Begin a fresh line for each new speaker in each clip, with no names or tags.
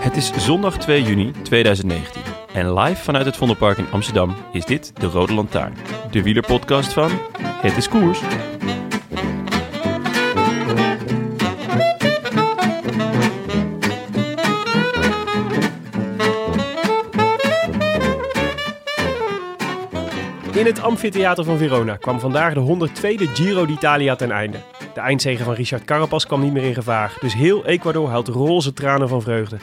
Het is zondag 2 juni 2019 en live vanuit het Vondelpark in Amsterdam is dit de Rode Lantaarn, de wielerpodcast van Het is Koers.
In het amfitheater van Verona kwam vandaag de 102e Giro d'Italia ten einde. De eindzegen van Richard Carapaz kwam niet meer in gevaar, dus heel Ecuador huilt roze tranen van vreugde.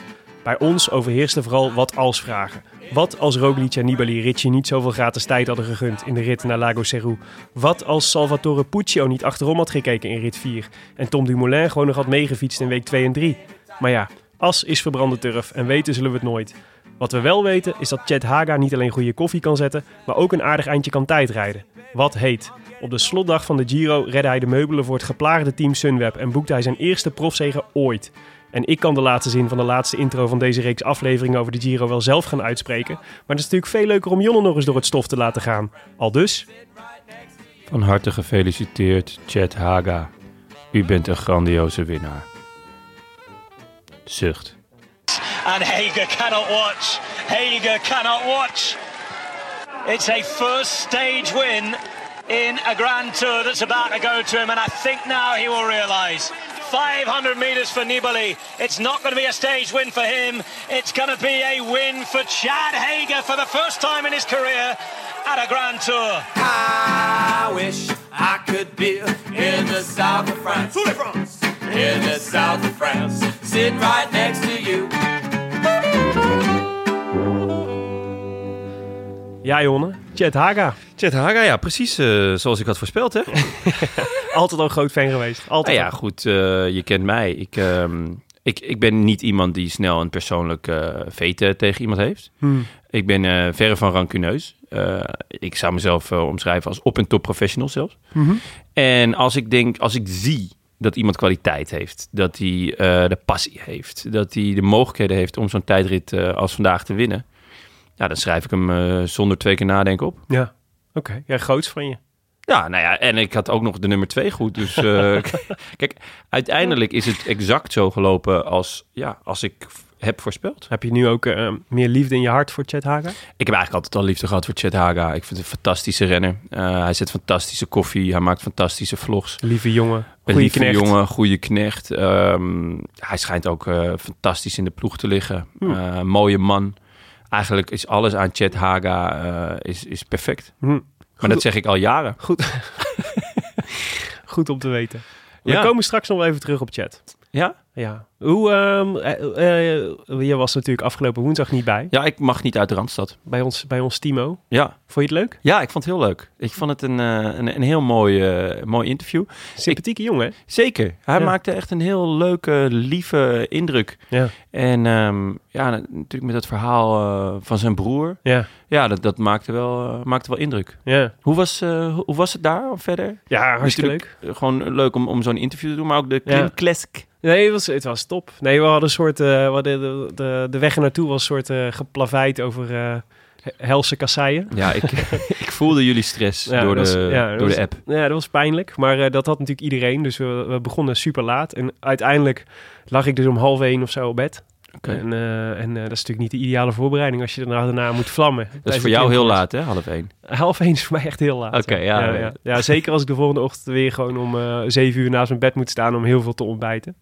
Bij ons overheersten vooral wat als vragen. Wat als Roglic en Nibali Ricci niet zoveel gratis tijd hadden gegund in de rit naar Lago Seru? Wat als Salvatore Puccio niet achterom had gekeken in rit 4 en Tom Dumoulin gewoon nog had meegefietst in week 2 en 3? Maar ja, as is verbrande turf en weten zullen we het nooit. Wat we wel weten is dat Chet Haga niet alleen goede koffie kan zetten, maar ook een aardig eindje kan tijdrijden. Wat heet. Op de slotdag van de Giro redde hij de meubelen voor het geplaagde team Sunweb en boekte hij zijn eerste profzege ooit. En ik kan de laatste zin van de laatste intro van deze reeks afleveringen over de Giro wel zelf gaan uitspreken, maar het is natuurlijk veel leuker om Jonne nog eens door het stof te laten gaan. Al dus,
Van harte gefeliciteerd, Chad Haga. U bent een grandioze winnaar. Zucht.
and Hager cannot watch. Hager cannot watch. It's a first stage win in a Grand Tour that's about to go to him, and I think now he will realise. 500 metres for Nibali. It's not going to be a stage win for him. It's going to be a win for Chad Hager for the first time in his career at a Grand Tour.
I wish I could be in the south of France. In the south of France. Sitting right next to you.
ja Jonne, Chet Haga.
Chad Haga, ja, precies eh, zoals ik had voorspeld, hè?
Altijd al een groot fan geweest.
Nou
Altijd.
ja,
al.
goed, eh, je kent mij. Ik, ehm, ik, ik ben niet iemand die snel een persoonlijk eh vete tegen iemand heeft. Ik ben eh, verre van rancuneus. Eh, ik zou mezelf eh, omschrijven als op- en top professional zelfs. En als ik denk, als ik zie dat iemand kwaliteit heeft, dat hij eh, de passie heeft, dat hij de mogelijkheden heeft om zo'n tijdrit eh, als vandaag te winnen, ja, dan schrijf ik hem eh, zonder twee keer nadenken op.
Ja, oké. Ja, groots van je.
Ja, nou ja, en ik had ook nog de nummer twee goed. Dus eh, kijk, uiteindelijk is het exact zo gelopen als, ja, als ik f- heb voorspeld.
Heb je nu ook eh, meer liefde in je hart voor Chet Haga?
Ik heb eigenlijk altijd al liefde gehad voor Chet Haga. Ik vind het een fantastische renner. Eh, hij zet fantastische koffie, hij maakt fantastische vlogs.
Lieve jongen,
Een
goede
lieve
knecht.
jongen, goede knecht. Ehm, hij schijnt ook eh, fantastisch in de ploeg te liggen. Eh, mooie man. Eigenlijk is alles aan Chet Haga eh, is, is perfect.
Hm.
Maar dat zeg ik al jaren.
Goed. Goed om te weten. We
Ja.
komen straks nog wel even terug op chat.
Ja?
Ja. Hoe, ehm, eh, eh, je was natuurlijk afgelopen woensdag niet bij.
ja, ik mag niet uit de Randstad.
Bij ons, bij ons Timo.
Ja,
Vond je het leuk?
Ja, ik vond het heel leuk. Ik vond het een, eh, een, een heel mooi, eh, mooi interview.
Sympathieke jongen,
Zeker. Hij
Ja.
maakte echt een heel leuke, lieve indruk.
hè? Ja.
En ehm, ja, na- natuurlijk met dat verhaal eh, van zijn broer.
Ja.
Ja, dat, dat maakte, wel, eh, maakte wel indruk.
Ja.
Hoe was, eh, hoe- hoe was het daar verder?
Ja, hartstikke leuk.
Natuurlijk, eh, Gewoon leuk om, om zo'n interview te doen, maar ook de
Ja.
Klim Classic.
Nee, het was, het was top. Nee, we hadden een soort. eh, we hadden de, de, de weg ernaartoe was een soort eh geplaveid over eh, he- helse kasseien.
Ja, ik, ik voelde jullie stress
Ja,
door, de,
dat was- ja, dat
door
was-
de app.
Ja, dat was pijnlijk. Maar eh, dat had natuurlijk iedereen. Dus we, we begonnen super laat. En uiteindelijk lag ik dus om half één of zo op bed.
Oké.
En, eh, en eh, dat is natuurlijk niet de ideale voorbereiding als je daarna, daarna moet vlammen.
Dat is
Tijdens
voor
de
jou heel
klimkoers.
laat, hè? Half één.
Half één is voor mij echt heel laat.
Oké, ja,
ja,
ja.
ja. Ja, zeker als ik de volgende ochtend weer gewoon om eh, zeven uur naast mijn bed moet staan om heel veel te ontbijten.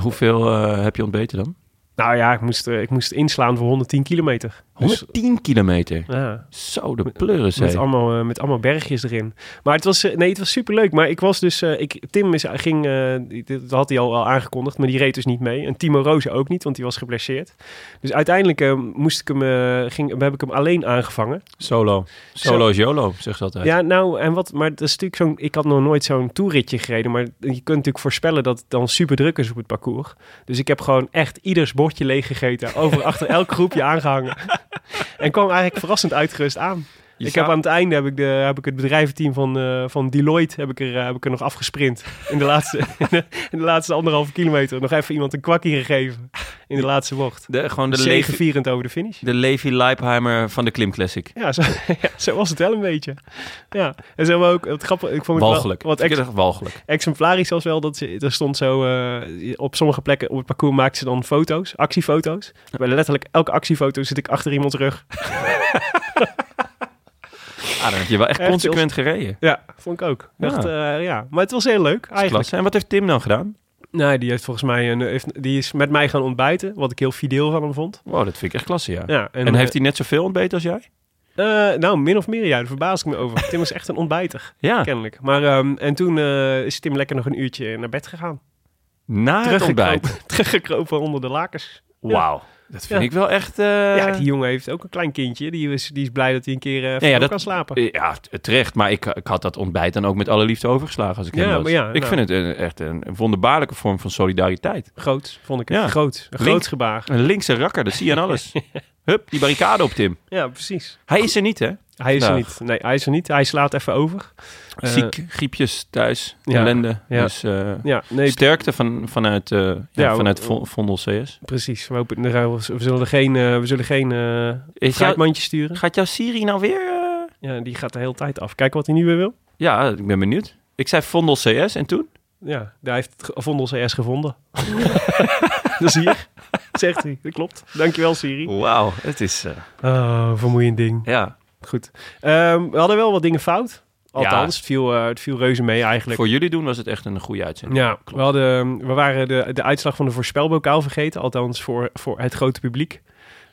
Hoeveel eh, heb je ontbeten dan?
Nou ja, ik moest, eh, ik moest inslaan voor 110 kilometer. Dus,
110 kilometer.
ja,
Zo, de pleuris.
met,
hé.
allemaal, eh, met allemaal bergjes erin. Maar het was, eh, nee, het was superleuk. Maar ik was dus... eh, ik, Tim is, ging... eh, die- dat had hij al, al aangekondigd, maar die reed dus niet mee. En Timo Roos ook niet, want die was geblesseerd. Dus uiteindelijk eh, moest ik hem, eh, ging, heb ik hem alleen aangevangen.
Solo. Solo is YOLO, zegt ze altijd.
Ja, nou, en wat, maar dat is natuurlijk zo'n. Ik had nog nooit zo'n toeritje gereden. Maar je kunt natuurlijk voorspellen dat het dan super druk is op het parcours. Dus ik heb gewoon echt ieders bordje leeggegeten. Over achter elk groepje aangehangen. En kwam eigenlijk verrassend uitgerust aan.
Je
ik
zou-
heb aan het einde heb ik, de, heb ik het bedrijventeam van, eh, van Deloitte heb ik, er, eh, heb ik er nog afgesprint. In de, laatste, in de laatste anderhalve kilometer. Nog even iemand een kwakkie gegeven. In de laatste bocht.
de, gewoon de Levi,
Zegevierend over de finish.
de Levi Leipheimer van de Klim Classic.
Ja, zo, ja, zo was het wel een beetje. Ja, en ze hebben ook, het grappige, ik vond het wel-
Walgelijk.
wat
ik
ex-
dacht, walgelijk.
exemplarisch was wel dat ze, er stond zo, eh, op sommige plekken op het parcours maakten ze dan foto's, actiefoto's. Bij letterlijk elke actiefoto zit ik achter iemands rug.
Ah, dan heb je wel echt,
Echt
consequent gereden.
Ja, vond ik ook.
Ja.
Echt, eh, ja. Maar het was heel leuk eigenlijk.
Klasse. En wat heeft Tim dan gedaan?
Nee, die heeft volgens mij een, heeft, die is met mij gaan ontbijten, wat ik heel fideel van hem vond.
Wow, dat vind ik echt klasse, ja.
Ja,
en
eh,
heeft hij net zoveel ontbeten als jij?
eh, nou, min of meer, ja, daar verbaas ik me over. Tim is echt een ontbijter,
Ja,
kennelijk. Maar, ehm, en toen eh, is Tim lekker nog een uurtje naar bed gegaan.
na Ah, het ontbijt.
Teruggekropen, teruggekropen onder de lakens.
Wauw, dat vind
Ja.
ik wel echt... eh,
ja, die jongen heeft ook een klein kindje. Die is, die is blij dat hij een keer eh
Ja, ja,
vroeg
dat-
kan slapen.
Eh, Ja, t- terecht. Maar ik, ik had dat ontbijt dan ook met alle liefde overgeslagen als ik
Ja,
hem was.
maar ja,
ik
nou.
vind het een, echt een wonderbaarlijke vorm van solidariteit.
Groot, vond ik het.
Ja.
Groot. Een
Link.
groot gebaar.
Een linkse rakker, dat zie je aan alles. Hup, die barricade op Tim.
Ja, precies.
Hij is er niet, hè?
Hij is er
Nou.
niet. Nee, hij is er niet. Hij slaat even over. Eh,
Ziek, griepjes thuis,
ja,
ellende.
ja.
Dus eh,
Ja, nee,
sterkte van, vanuit, eh ja,
Ja,
vanuit
we-
Vo- Vondel CS.
precies. We, hopen, we zullen er geen, eh we zullen geen eh
Is jou-
fruitmandje sturen.
gaat jouw Siri nou weer... eh?
Ja, die gaat de hele tijd af. Kijk wat hij nu weer wil.
Ja, ik ben benieuwd. Ik zei Vondel CS en toen?
Ja, daar heeft het ge- Vondel CS gevonden. dat is hier. Zegt hij. Dat klopt. Dankjewel, Siri.
Wauw, het is... eh,
Oh, vermoeiend ding.
ja,
Goed. Ehm, we hadden wel wat dingen fout. Althans, het, viel, eh, het viel reuze mee eigenlijk.
voor jullie doen was het echt een goede uitzending.
Ja, we, hadden, ehm, we waren de, de uitslag van de voorspelbokaal vergeten. Althans, voor, voor het grote publiek.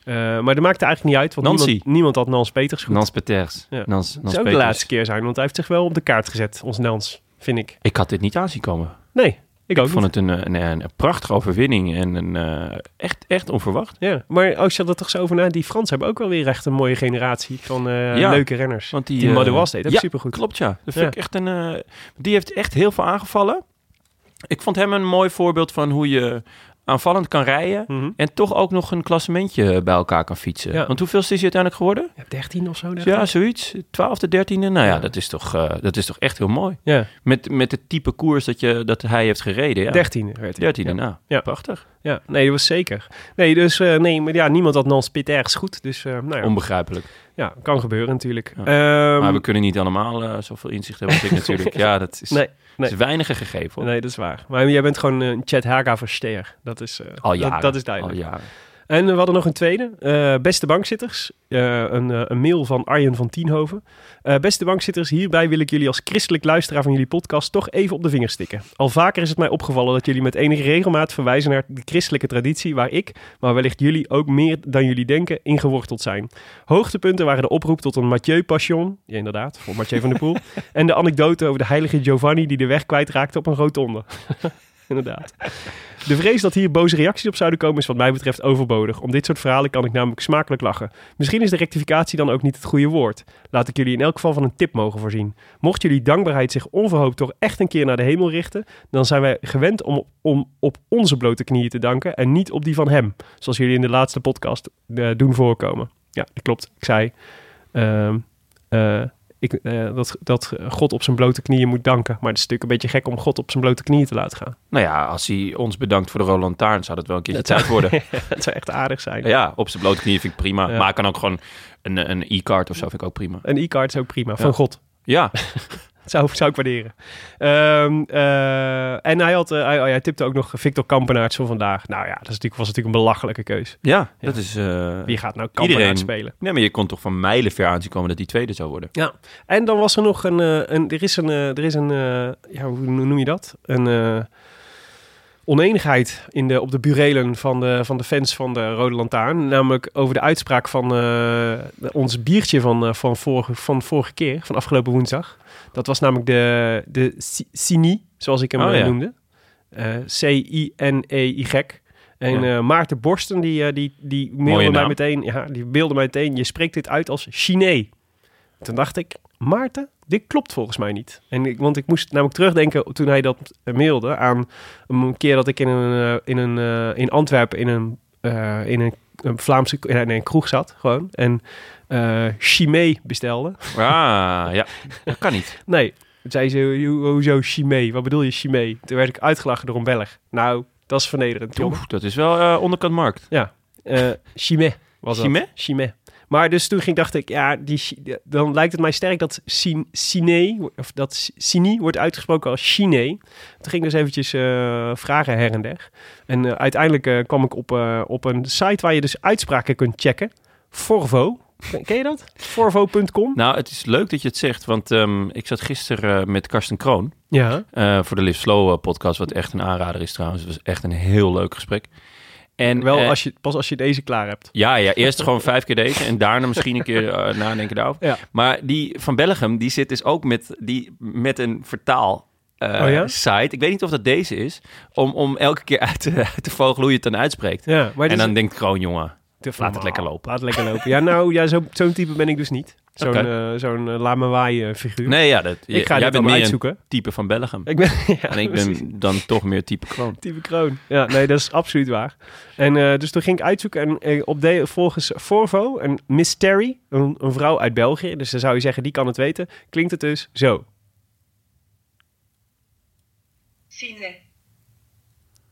Eh, maar dat maakte eigenlijk niet uit, want
Nancy.
niemand, niemand had Nans Peters goed.
Nans Peters.
Ja.
Nans, Nans
dat zou ook de
Peters.
laatste keer zijn, want hij heeft zich wel op de kaart gezet, ons Nans, vind ik.
Ik had dit niet aanzien komen.
Nee, ik ook
Ik vond
niet.
het een, een, een, een prachtige overwinning en een, eh, echt, echt onverwacht.
Ja, maar als je er toch zo over na, die Fransen hebben ook wel weer echt een mooie generatie van eh,
Ja,
leuke renners.
Want
die
eh,
Madouas deed dat
ja,
supergoed.
Klopt, ja. Dat
Ja.
vind ik echt een, eh, die heeft echt heel veel aangevallen. Ik vond hem een mooi voorbeeld van hoe je aanvallend kan rijden.
Mhm.
En toch ook nog een klassementje bij elkaar kan fietsen.
Ja.
Want hoeveel is hij uiteindelijk geworden?
Ja, 13 of zo.
Ja,
13.
zoiets. Twaalfde, dertiende. Nou ja,
Ja.
Dat, is toch, eh, dat is toch echt heel mooi.
ja.
Met, met het type koers dat, je, dat hij heeft gereden. Ja.
13 werd hij.
Dertiende, nou.
Ja.
Prachtig.
Ja, nee, dat was zeker. Nee, dus eh, nee, maar ja, niemand had Nans Peters goed. Dus eh, nou ja,
Onbegrijpelijk.
Ja, kan gebeuren natuurlijk.
Ja.
Ehm,
maar we kunnen niet allemaal eh, zoveel inzicht hebben als ik natuurlijk. Ja, dat is,
Nee, nee.
is weinige gegeven. Hoor.
Nee, dat is waar. Maar jij bent gewoon een Chet Haga versteer. Dat is, eh,
Al jaren.
dat, dat is duidelijk.
Al jaren.
En we hadden nog een tweede. Eh, beste bankzitters. Eh, een, eh, een mail van Arjen van Tienhoven. Eh, beste bankzitters, hierbij wil ik jullie als christelijk luisteraar van jullie podcast toch even op de vingers stikken. Al vaker is het mij opgevallen dat jullie met enige regelmaat verwijzen naar de christelijke traditie waar ik, maar wellicht jullie ook meer dan jullie denken, in geworteld zijn. Hoogtepunten waren de oproep tot een Mathieu Passion, ja, inderdaad, voor Mathieu van der Poel, en de anekdote over de heilige Giovanni die de weg kwijtraakte op een rotonde. inderdaad. De vrees dat hier boze reacties op zouden komen is wat mij betreft overbodig. Om dit soort verhalen kan ik namelijk smakelijk lachen. Misschien is de rectificatie dan ook niet het goede woord. Laat ik jullie in elk geval van een tip mogen voorzien. Mocht jullie dankbaarheid zich onverhoopt toch echt een keer naar de hemel richten, dan zijn wij gewend om, om op onze blote knieën te danken en niet op die van hem. Zoals jullie in de laatste podcast eh, doen voorkomen. Ja, dat klopt. Ik zei ehm, eh, ik, eh, dat, dat God op zijn blote knieën moet danken. Maar het is natuurlijk een beetje gek om God op zijn blote knieën te laten gaan.
Nou ja, als hij ons bedankt voor de Roland Taarn, zou dat wel een keertje tijd worden.
Dat zou echt aardig zijn.
ja, op zijn blote knieën vind ik prima.
Ja.
Maar hij kan ook gewoon een, een e-card of zo vind ik ook prima.
Een e-card is ook prima, van God.
Ja,
Zou, zou ik waarderen. Ehm, eh, en hij, had, eh, hij, hij tipte ook nog Victor Kampenaerts voor vandaag. Nou ja, dat is natuurlijk, was natuurlijk een belachelijke keus.
ja, dat is... eh,
Wie gaat nou
iedereen
Kampenaerts spelen?
Nee, maar je kon toch van mijlenver aanzien komen dat die tweede zou worden.
Ja, en dan was er nog een... eh, een er is een... eh, Er is een eh, ja, hoe noem je dat? Een eh, oneenigheid in de, op de burelen van de, van de fans van de Rode Lantaarn. Namelijk over de uitspraak van eh, ons biertje van, eh, van, vorige, van vorige keer, van afgelopen woensdag. Dat was namelijk de, de Si- Cini, zoals ik hem
Oh,
eh,
ja.
noemde. Eh, C-I-N-E-Y. En
Ja.
eh, Maarten Borsten, die, eh, die, die mailde
Mooie
mij
naam.
meteen, ja, die mailde mij meteen, je spreekt dit uit als Chiné. Toen dacht ik, Maarten, dit klopt volgens mij niet. En ik, want ik moest namelijk terugdenken toen hij dat eh, mailde aan een keer dat ik in, een, eh, in, een, eh, in Antwerpen in een, eh, in een, een Vlaamse eh, in een kroeg zat gewoon en eh Chimay bestelde.
Ah, ja. Dat kan niet.
Nee, toen zei ze, "Ho- hoezo Chimay? Wat bedoel je Chimay? Toen werd ik uitgelachen door een Belg. Nou, dat is vernederend, jongen.
Oeh, dat is wel eh, onderkant markt.
Eh, Chimay was dat.
Chimay?
Chimay. Maar dus toen ging, dacht ik, ja, die, Chi- dan lijkt het mij sterk dat Sin- Sine, of dat Si- Sini wordt uitgesproken als Chine. Toen ging ik dus eventjes eh, vragen her en der. En eh, uiteindelijk eh, kwam ik op, eh, op een site waar je dus uitspraken kunt checken. Forvo. Ken- Ken je dat? Forvo.com.
Nou, het is leuk dat je het zegt, want ehm, ik zat gisteren eh, met Karsten Kroon
Ja.
eh, voor de Live Slow eh, podcast, wat echt een aanrader is trouwens. Het was echt een heel leuk gesprek. En,
Wel
eh,
als je, pas als je deze klaar hebt.
Ja, ja, eerst gewoon vijf keer deze en daarna misschien een keer eh, nadenken daarover.
Ja.
Maar die van Bellegem, die zit dus ook met, die, met een vertaal. eh,
Oh ja?
site. Ik weet niet of dat deze is. Om, om elke keer uit te, uit te vogelen hoe je het dan uitspreekt.
Ja, maar
en
dit is-
dan denkt Kroon, jongen,
Te
laat het
formaal.
lekker lopen.
Laat het lekker lopen. Ja, nou, ja, zo- zo'n type ben ik dus niet. Zo'n eh
Oké.
zo'n eh, laat me waaien figuur.
Nee, ja, dat,
ik ga
jij
dit
bent
allemaal
meer
uitzoeken.
een type van Bellegem.
Ik ben, ja,
en ik
precies.
ben dan toch meer type Kroon.
Type kroon. Ja, nee, dat is absoluut waar. En eh, dus toen ging ik uitzoeken en eh, op de, volgens Forvo, een Miss Terry, een, een vrouw uit België, dus dan zou je zeggen, die kan het weten, klinkt het dus zo.
Cine.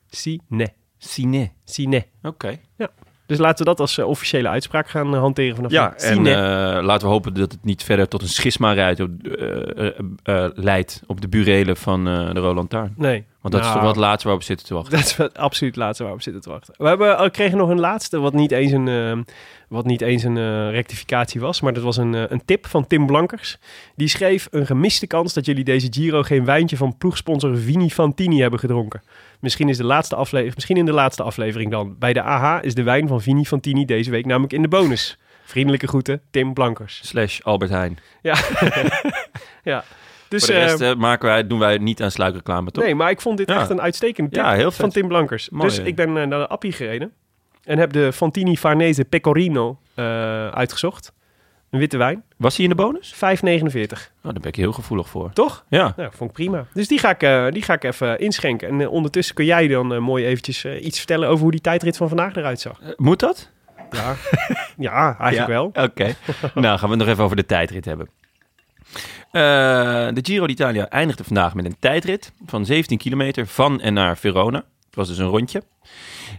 Sine.
Cine.
Sine.
Oké.
Ja. Dus laten we dat als eh, officiële uitspraak gaan eh, hanteren vanaf
Ja,
nu.
en
Sine.
eh, laten we hopen dat het niet verder tot een schisma rijdt op, eh, eh, eh, leidt op de burelen van eh, de Roland Taarn.
nee.
Want dat is toch
Nou,
wat later waarop we zitten te wachten.
Dat is wat, absoluut het laatste waar we op zitten te wachten. We hebben, eh, kregen nog een laatste, wat niet eens een, eh, wat niet eens een eh, rectificatie was. Maar dat was een, eh, een tip van Tim Blankers. Die schreef een gemiste kans dat jullie deze Giro geen wijntje van ploegsponsor Vini Fantini hebben gedronken. Misschien, is de laatste aflevering, misschien in de laatste aflevering dan. Bij de AH is de wijn van Vini Fantini deze week namelijk in de bonus. Vriendelijke groeten, Tim Blankers.
Slash Albert Heijn.
Ja, dus...
Voor de rest
eh,
eh, maken wij, doen wij niet aan sluikreclame, toch?
Nee, maar ik vond dit
Ja.
echt een uitstekende tip
Ja, heel
van
vet.
Tim Blankers.
Mooi,
dus
hè?
ik ben eh, naar de appie gereden en heb de Fantini Farnese Pecorino eh, uitgezocht. Een witte wijn,
Was hij in de bonus?
5,49.
Nou, daar ben ik heel gevoelig voor.
Toch?
Ja,
Nou, vond ik prima. Dus die ga ik, eh, die ga ik even inschenken. En eh, ondertussen kun jij dan eh, mooi eventjes eh, iets vertellen over hoe die tijdrit van vandaag eruit zag.
Eh, moet dat?
Ja, eigenlijk wel.
Oké. nou, gaan we het nog even over de tijdrit hebben. Eh, de Giro d'Italia eindigde vandaag met een tijdrit van 17 kilometer van en naar Verona. Het was dus een rondje.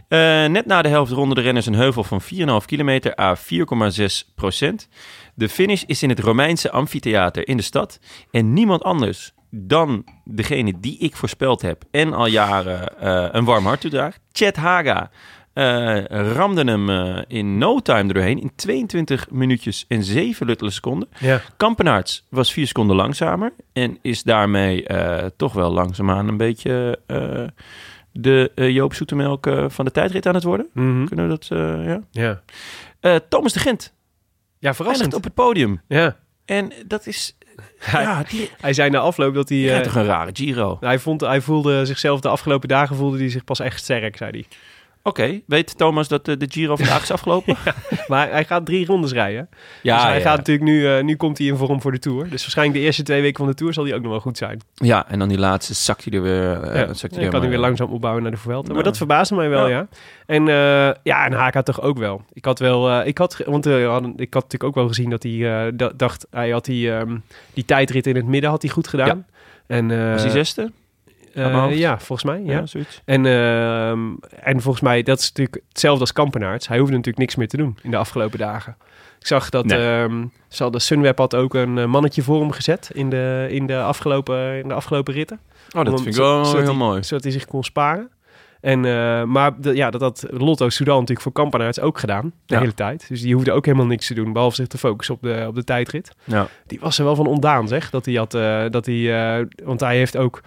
Eh, net na de helft ronden de renners een heuvel van 4,5 kilometer à 4,6 procent. De finish is in het Romeinse amfitheater in de stad. En niemand anders dan degene die ik voorspeld heb en al jaren eh, een warm hart toedraagt. Chet Haga eh, ramde hem eh, in no time er doorheen in 22 minuutjes en 7 luttele seconden.
Ja.
Kampenaerts was 4 seconden langzamer en is daarmee eh, toch wel langzaamaan een beetje eh, de eh, Joop Zoetemelk eh, van de tijdrit aan het worden.
Mhm.
Kunnen we dat, eh, ja?
ja.
Eh, Thomas de Gent
ja,
eindigt
verrassend.
op het podium.
Ja.
En dat is... Ja, die,
Hij zei na afloop dat hij...
die
eh,
rijdt toch een rare Giro. Oké,
hij, vond, hij voelde zichzelf de afgelopen dagen voelde hij zich pas echt sterk, zei hij.
weet Thomas dat eh, de Giro vandaag is afgelopen? ja,
Maar hij gaat drie rondes rijden.
ja,
dus hij
ja.
gaat natuurlijk nu, eh, nu komt hij in vorm voor de Tour. Dus waarschijnlijk de eerste twee weken van de Tour zal hij ook nog wel goed zijn.
Ja, en dan die laatste zakt hij er weer... eh,
Ja,
zakt hij
dan kan hij
helemaal-
weer langzaam opbouwen naar de Vuelta. Maar
Nou.
dat verbaasde mij wel, ja.
Ja.
En eh, ja, en Haka toch ook wel. Ik had wel, eh, ik had, ge- want eh, we hadden- ik had natuurlijk ook wel gezien dat hij eh, da- dacht, hij had die, ehm, die tijdrit in het midden had hij goed gedaan. En, eh,
Was hij zesde?
eh,
aan mijn hoofd?
ja, volgens mij. Ja.
zoiets.
En, ehm, en volgens mij, dat is natuurlijk hetzelfde als Kampenaerts. Hij hoefde natuurlijk niks meer te doen in de afgelopen dagen. Ik zag dat
Nee.
ehm, ze hadden, Sunweb had ook een eh, mannetje voor hem gezet in de, in de, afgelopen, in de afgelopen ritten.
Oh, dat
Om-
vind ik
zo-
wel
zodat
heel
hij-
mooi.
Zodat hij zich kon sparen. En, eh, maar dat- ja, dat had Lotto Sudan natuurlijk voor Kampenaerts ook gedaan. De
Ja.
hele tijd. Dus die hoefde ook helemaal niks te doen. Behalve zich te focussen op de, op de tijdrit.
Ja.
Die was er wel van ontdaan, zeg. Dat hij had... eh, dat hij, eh, want hij heeft ook...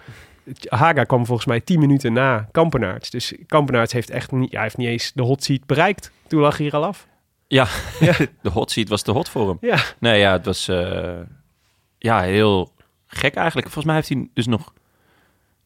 Haga kwam volgens mij 10 minuten na Kampenaerts. Dus Kampenaerts heeft echt niet, ja, hij heeft niet eens de hot seat bereikt. Toen lag hij hier al af.
Ja, de hot seat was te hot voor hem.
Ja,
Nee, ja, het was eh, ja, heel gek eigenlijk. Volgens mij heeft hij dus nog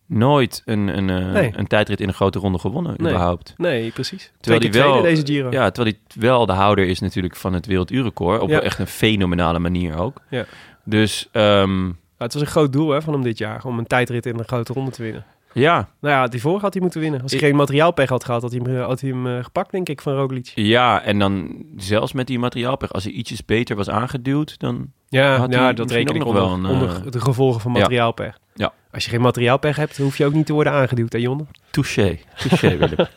nooit een, een, eh,
Nee.
een tijdrit in een grote ronde gewonnen,
Nee.
überhaupt.
nee, precies.
Terwijl
Twee
hij
keer
wel-
tweede deze Giro.
Ja, terwijl hij wel de houder is natuurlijk van het werelduurrecord. Op
Ja.
echt een fenomenale manier ook.
Ja.
Dus ehm,
Maar het was een groot doel hè, van hem dit jaar, om een tijdrit in een grote ronde te winnen.
ja,
Nou ja, die vorige had hij moeten winnen. Als hij
Ik-
geen materiaalpech had gehad, had hij hem, eh, had hij hem eh, gepakt, denk ik, van Roglic.
ja, en dan zelfs met die materiaalpech, als hij ietsjes beter was aangeduwd, dan...
Ja,
Had
nou,
hij
dat
misschien
reken ik
ook nog
onder,
wel een, eh,
onder de gevolgen van
Ja.
materiaalpech.
Ja.
Als je geen materiaalpech hebt, hoef je ook niet te worden aangeduwd, hè Jonne?
Touché, touché Willem.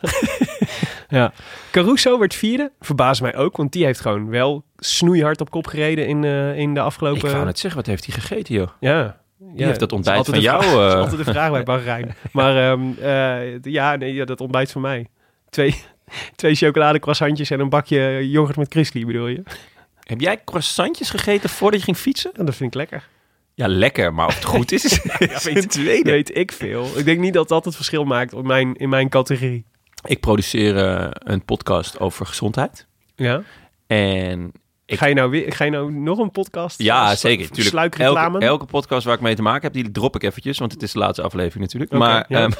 Ja. Caruso werd vierde. Verbaast mij ook, want die heeft gewoon wel snoeihard op kop gereden in, eh, in de
Ik
afgelopen...
wou net zeggen, wat heeft hij gegeten, joh?
Ja. ja.
heeft dat
is
ontbijt
altijd
van
de
jou,
vraag- dat
eh.
is altijd de vraag bij Bahrein. Maar ehm, eh, d- ja, nee, ja, dat ontbijt van mij. Twee, twee chocoladecroissantjes en een bakje yoghurt met crispy bedoel je?
Heb jij croissantjes gegeten voordat je ging fietsen?
Ja, dat vind ik lekker.
Ja, lekker, maar of het goed is, is een tweede.
Weet ik veel. Ik denk niet dat dat het verschil maakt op mijn, in mijn categorie.
Ik produceer eh, een podcast over gezondheid.
Ja?
En Ik-
Ga, je nou weer, ga je nou nog een podcast?
ja,
Slu-
zeker. Tuurlijk,
Sluikreclame?
elke, elke podcast waar ik mee te maken heb, die drop ik eventjes. Want het is de laatste aflevering natuurlijk.
Oké,
maar,
ja.
ehm,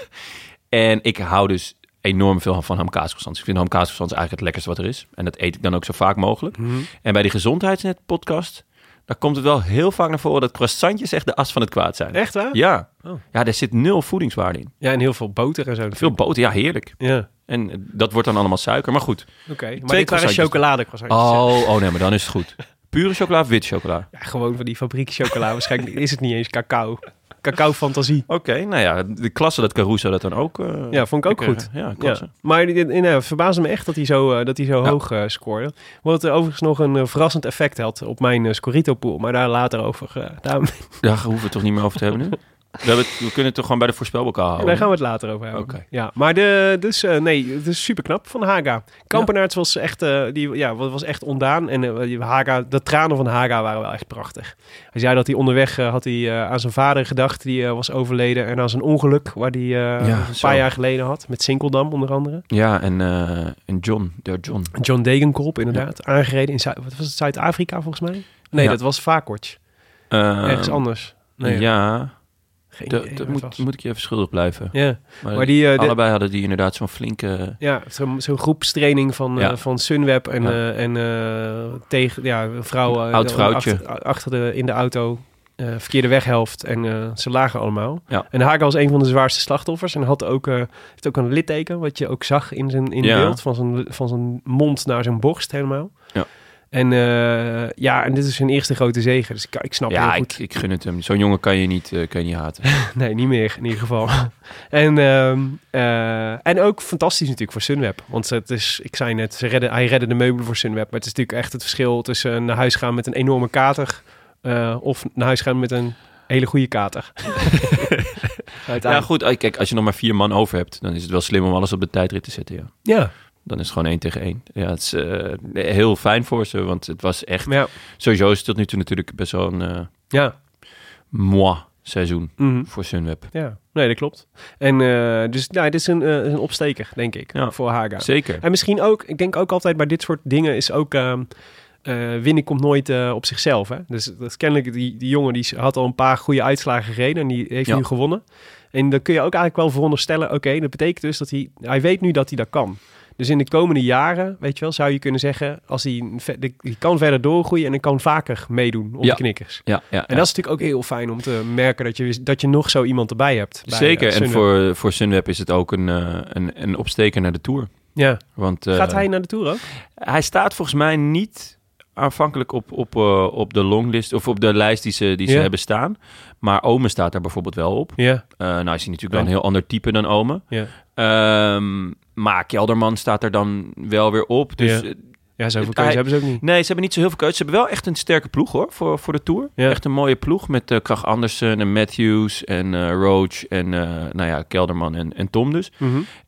en ik hou dus enorm veel van hamkaasgezand. Ik vind hamkaasgezand eigenlijk het lekkerste wat er is. En dat eet ik dan ook zo vaak mogelijk.
Mhm.
En bij die gezondheidsnet podcast, daar komt het wel heel vaak naar voren... dat croissantjes echt de as van het kwaad zijn.
Echt waar?
Ja.
Oh.
Ja, daar zit nul voedingswaarde in.
Ja, en heel veel boter en zo.
Veel boter, ja, heerlijk.
Ja,
En eh, dat wordt dan allemaal suiker, maar goed.
oké. Maar dit waren
croissantjes.
chocoladecroissantjes.
Oh, oh nee, maar dan is het goed. Pure chocola of wit chocola?
Ja, gewoon van die fabriek chocola. Waarschijnlijk is het niet eens cacao. Cacao fantasie.
Oké, nou ja, de klasse dat Caruso dat dan ook... eh,
Ja, vond ik ook
lekker-
goed.
Ja, klasse.
Ja. Maar die- die- nou, het verbaasde me echt dat hij zo, eh, dat hij zo
Ja.
hoog eh, scoorde. Wat eh, overigens nog een eh, verrassend effect had op mijn eh, Scorito-pool. Maar daar later over. eh, daar,
Daar hoeven we het toch niet meer over te hebben nu? We, hebben het- we kunnen het toch gewoon bij de voorspelbokaal houden?
daar gaan we het later over hebben.
Oh. Oké.
Ja, maar de, dus, eh, nee, het is super knap van Haga. Kampenaerts was, echt, eh, die, ja, wa- was echt ondaan. En eh, die Haga, de tranen van Haga waren wel echt prachtig. Hij zei dat hij onderweg eh, had hij, eh, aan zijn vader gedacht. Die eh, was overleden. En aan zijn ongeluk, waar hij eh, een paar
zo.
jaar geleden had. Met Sinkeldam onder andere.
Ja, en, eh, en John, der John.
John Degenkolb, inderdaad. Aangereden in Zuid- wat was het, Zuid-Afrika volgens mij? Nee,
Ja.
dat was Vakortje.
Eh,
Ergens anders. Nee,
ja,
Geen idee
dat-
waar
dat
het
moet, Oh,
was.
moet ik je even schuldig blijven.
Ja,
Maar,
maar die, eh, de-
allebei hadden die inderdaad zo'n flinke...
ja zo'n zo'n groepstraining van, eh,
eh, Ja.
van Sunweb en,
Ja.
eh, en eh, tegen ja, een vrouw eh,
Oud vrouwtje.
achter, achter de, in de auto. eh, verkeerde weghelft en eh, ze lagen allemaal.
Ja.
En Haga was een van de zwaarste slachtoffers en had ook, eh, heeft ook een litteken, wat je ook zag in zijn in
Ja.
beeld, van zijn, van zijn mond naar zijn borst helemaal.
Ja.
En eh, ja, en dit is zijn eerste grote zege, dus ik, ik snap
Ja,
heel goed.
ik, ik gun het hem. Zo'n jongen kan je niet, eh, kan je niet haten.
Nee, niet meer in ieder geval. en, ehm, eh, en ook fantastisch natuurlijk voor Sunweb. Want het is, ik zei net, ze redden, hij redde de meubelen voor Sunweb. Maar het is natuurlijk echt het verschil tussen naar huis gaan met een enorme kater... eh, of naar huis gaan met een hele goede kater.
Ja,
Uiteindelijk.
goed. eh, Kijk, als je nog maar vier man over hebt, dan is het wel slim om alles op de tijdrit te zetten, ja.
Ja,
Dan is het gewoon één tegen één. Ja, het is eh, heel fijn voor ze, want het was echt...
maar ja.
Sowieso is het tot nu toe natuurlijk best wel een eh
ja.
moi seizoen
mhm.
voor Sunweb.
Ja, nee, dat klopt. En eh, dus nou, dit is een, eh, een opsteker, denk ik,
Ja.
voor Haga.
Zeker.
En misschien ook, ik denk ook altijd bij dit soort dingen is ook... ehm, eh, winnen komt nooit eh, op zichzelf. Hè? Dus dat is kennelijk die, die jongen die had al een paar goede uitslagen gereden en die heeft
Ja.
nu gewonnen. En dan kun je ook eigenlijk wel veronderstellen, oké, dat betekent dus dat hij, hij weet nu dat hij dat kan. Dus in de komende jaren, weet je wel, zou je kunnen zeggen, als hij, een ve- de- die kan verder doorgroeien en hij kan vaker meedoen op
Ja.
de knikkers.
Ja, ja,
En
ja.
dat is natuurlijk ook heel fijn om te merken dat je, dat je nog zo iemand erbij hebt. bij,
Zeker. en
eh, Sunweb.
voor, voor Sunweb is het ook een, eh, een, een opsteker naar de Tour.
Ja.
Want, eh,
Gaat hij naar de Tour ook?
hij staat volgens mij niet aanvankelijk op, op, eh, op de longlist of op de lijst die ze, die ze
Ja.
hebben staan. Maar Omen staat daar bijvoorbeeld wel op.
Ja.
Eh, nou is hij natuurlijk
Ja.
wel een heel ander type dan Omen.
Ja.
Ehm, maar Kelderman staat er dan wel weer op. Dus
Ja.
eh,
Ja, zoveel keuze
Hij-
hebben ze ook niet.
Nee, ze hebben niet zo heel veel keuze. Ze hebben wel echt een sterke ploeg hoor, voor, voor de Tour.
Ja.
Echt een mooie ploeg met eh Krach Andersen en Matthews en eh Roach en eh, nou ja, Kelderman en, en Tom dus.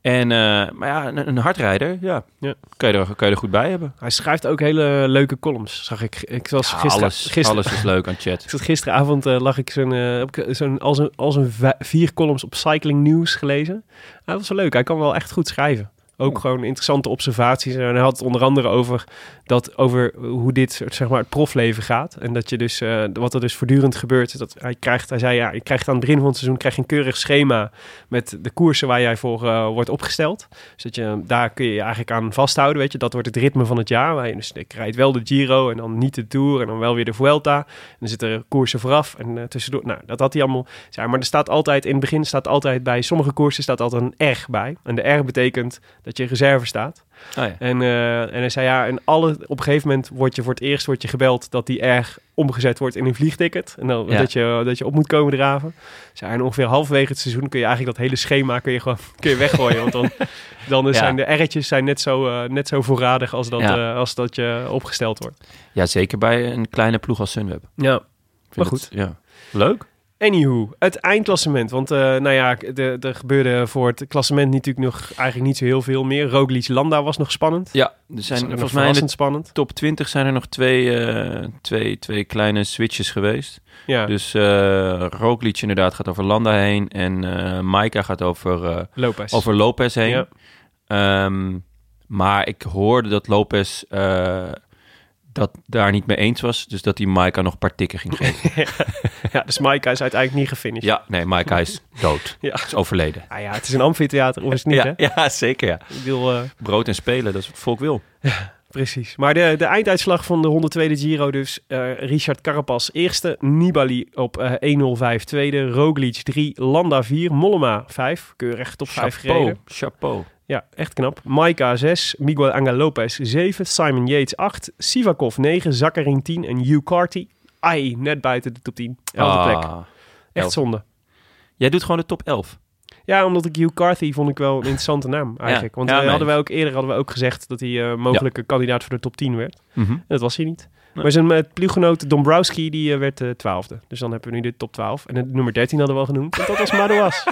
En, eh, maar ja, een, een hardrijder, ja.
Mhm. Ja.
Kan, je er, kan je er goed bij hebben.
Hij schrijft ook hele leuke columns, zag ik. Ik was
Ja,
gisteren...
alles,
gisteren-
alles is leuk aan chat.
Ik zat gisteravond eh, lag ik zo'n, eh, heb ik zo'n, als een, als een va- vier columns op Cycling News gelezen. Hij was wel leuk. Hij kan wel echt goed schrijven. Ook gewoon interessante observaties. En hij had het onder andere over, dat, over hoe dit soort, zeg maar, het profleven gaat. En dat je dus, eh, wat er dus voortdurend gebeurt. Is dat hij, krijgt, hij zei, ja, je krijgt aan het begin van het seizoen krijg je een keurig schema met de koersen waar jij voor eh, wordt opgesteld. Dus dat je, daar kun je je eigenlijk aan vasthouden. Weet je, dat wordt het ritme van het jaar. Waar je, dus, ik rijd wel de Giro en dan niet de Tour en dan wel weer de Vuelta. En dan zitten er koersen vooraf en eh, tussendoor. Nou, dat had hij allemaal. Zeg maar er staat altijd, in het begin staat altijd bij sommige koersen staat altijd een R bij. En de R betekent dat je in reserve staat.
Ah, ja.
En, eh, en hij zei ja, en alle, op een gegeven moment word je voor het eerst wordt je gebeld dat die R omgezet wordt in een vliegticket. En dan,
Ja.
dat, je, dat je op moet komen draven. Zei, en ongeveer halverwege het seizoen kun je eigenlijk dat hele schema kun je gewoon kun je weggooien. want dan, dan eh,
Ja.
zijn de R'tjes zijn net, zo, eh, net zo voorradig als dat,
Ja.
eh, als dat je opgesteld wordt.
ja, zeker bij een kleine ploeg als Sunweb. Ik
Ja,
vind
Maar
het-
goed.
ja. Leuk.
Anywho, het eindklassement. Want eh, nou ja, k- de- er gebeurde voor het klassement natuurlijk nog eigenlijk niet zo heel veel meer. Roglic Landa was nog spannend.
Ja, er zijn
Zijn nog
volgens mij in de
verrassend spannend.
top 20 zijn er nog twee, eh, twee, twee kleine switches geweest.
Ja,
Dus eh Roglic inderdaad gaat over Landa heen en eh Maika gaat over, eh,
Lopez.
over Lopez heen.
Ja.
Ehm, maar ik hoorde dat Lopez eh, dat daar niet mee eens was, dus dat hij Maika nog een paar tikken ging geven.
Ja, dus Maika is uiteindelijk niet gefinished.
ja, nee, Maika is dood.
Ja.
Is overleden.
Nou ja, het is een amfitheater, of is het niet, hè?
ja, ja, zeker ja.
Ik bedoel, eh,
Brood en spelen, dat is wat het volk wil.
precies. Maar de, de einduitslag van de 102e Giro dus. eh, Richard Carapaz eerste, Nibali op eh 1.05 tweede, Roglic 3, Landa 4, Mollema 5. Keurig top 5 gereden.
Chapeau, chapeau.
Ja, echt knap. Maika 6, Miguel Angel Lopez 7, Simon Yates 8, Sivakov 9, Zakarin 10 en Hugh Carty. Ai, net buiten de top 10. Elfde
Ah.
plek. Echt
elf.
zonde.
Jij doet gewoon de top 11.
Ja, omdat ik Hugh Carthy vond ik wel een interessante naam eigenlijk. Want
ja,
eh,
nee.
hadden wij ook, eerder hadden we ook gezegd dat hij eh, mogelijke kandidaat voor de top 10 werd. En dat was hij niet. Maar zijn eh, ploeggenoot Dombrowski die eh, werd de 12e. Dus dan hebben we nu de top 12. En de nummer 13 hadden we al genoemd. Want dat was Madouas.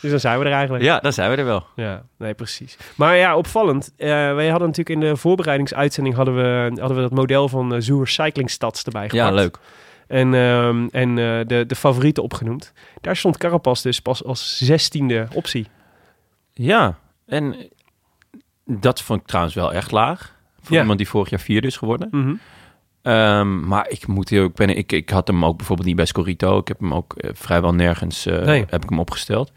dus dan zijn we er eigenlijk.
Ja, dan zijn we er wel.
Ja, nee, precies. Maar ja, opvallend. Eh, wij hadden natuurlijk in de voorbereidingsuitzending hadden we, hadden we dat model van eh Zoer Cycling Stads erbij gepakt.
Ja, leuk.
En, ehm, en eh, de, de favorieten opgenoemd. Daar stond Carapaz dus pas als zestiende optie.
Ja, en dat vond ik trouwens wel echt laag. Voor
Ja. Mhm.
iemand die vorig jaar vierde is geworden. Ehm, maar ik moet heel, ik, ben, ik, ik had hem ook bijvoorbeeld niet bij Scorito. Ik heb hem ook eh, vrijwel nergens eh,
Nee.
heb ik hem opgesteld.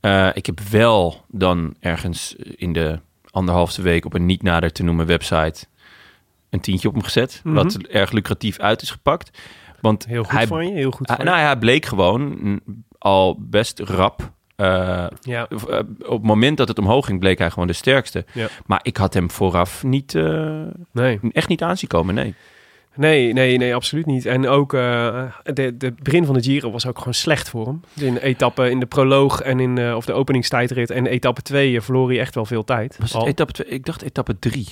Eh, ik heb wel dan ergens in de anderhalfste week op een niet nader te noemen website een tientje op hem gezet. Wat erg lucratief uit is gepakt. Want
Mhm. Heel goed
hij,
van je, heel goed
hij-
van
nou,
je.
ja, hij bleek gewoon mm, al best rap eh,
Ja,
of, eh, op het moment dat het omhoog ging, bleek hij gewoon de sterkste.
Ja.
Maar ik had hem vooraf niet, eh,
nee.
echt niet aanzien komen, nee.
Nee, nee, nee, absoluut niet. En ook eh, de, de begin van de Giro was ook gewoon slecht voor hem. In etappe, in de proloog en in eh, of de openingstijdrit en etappe 2 verloor hij echt wel veel tijd.
Was het
Al.
etappe twee? Ik dacht etappe drie.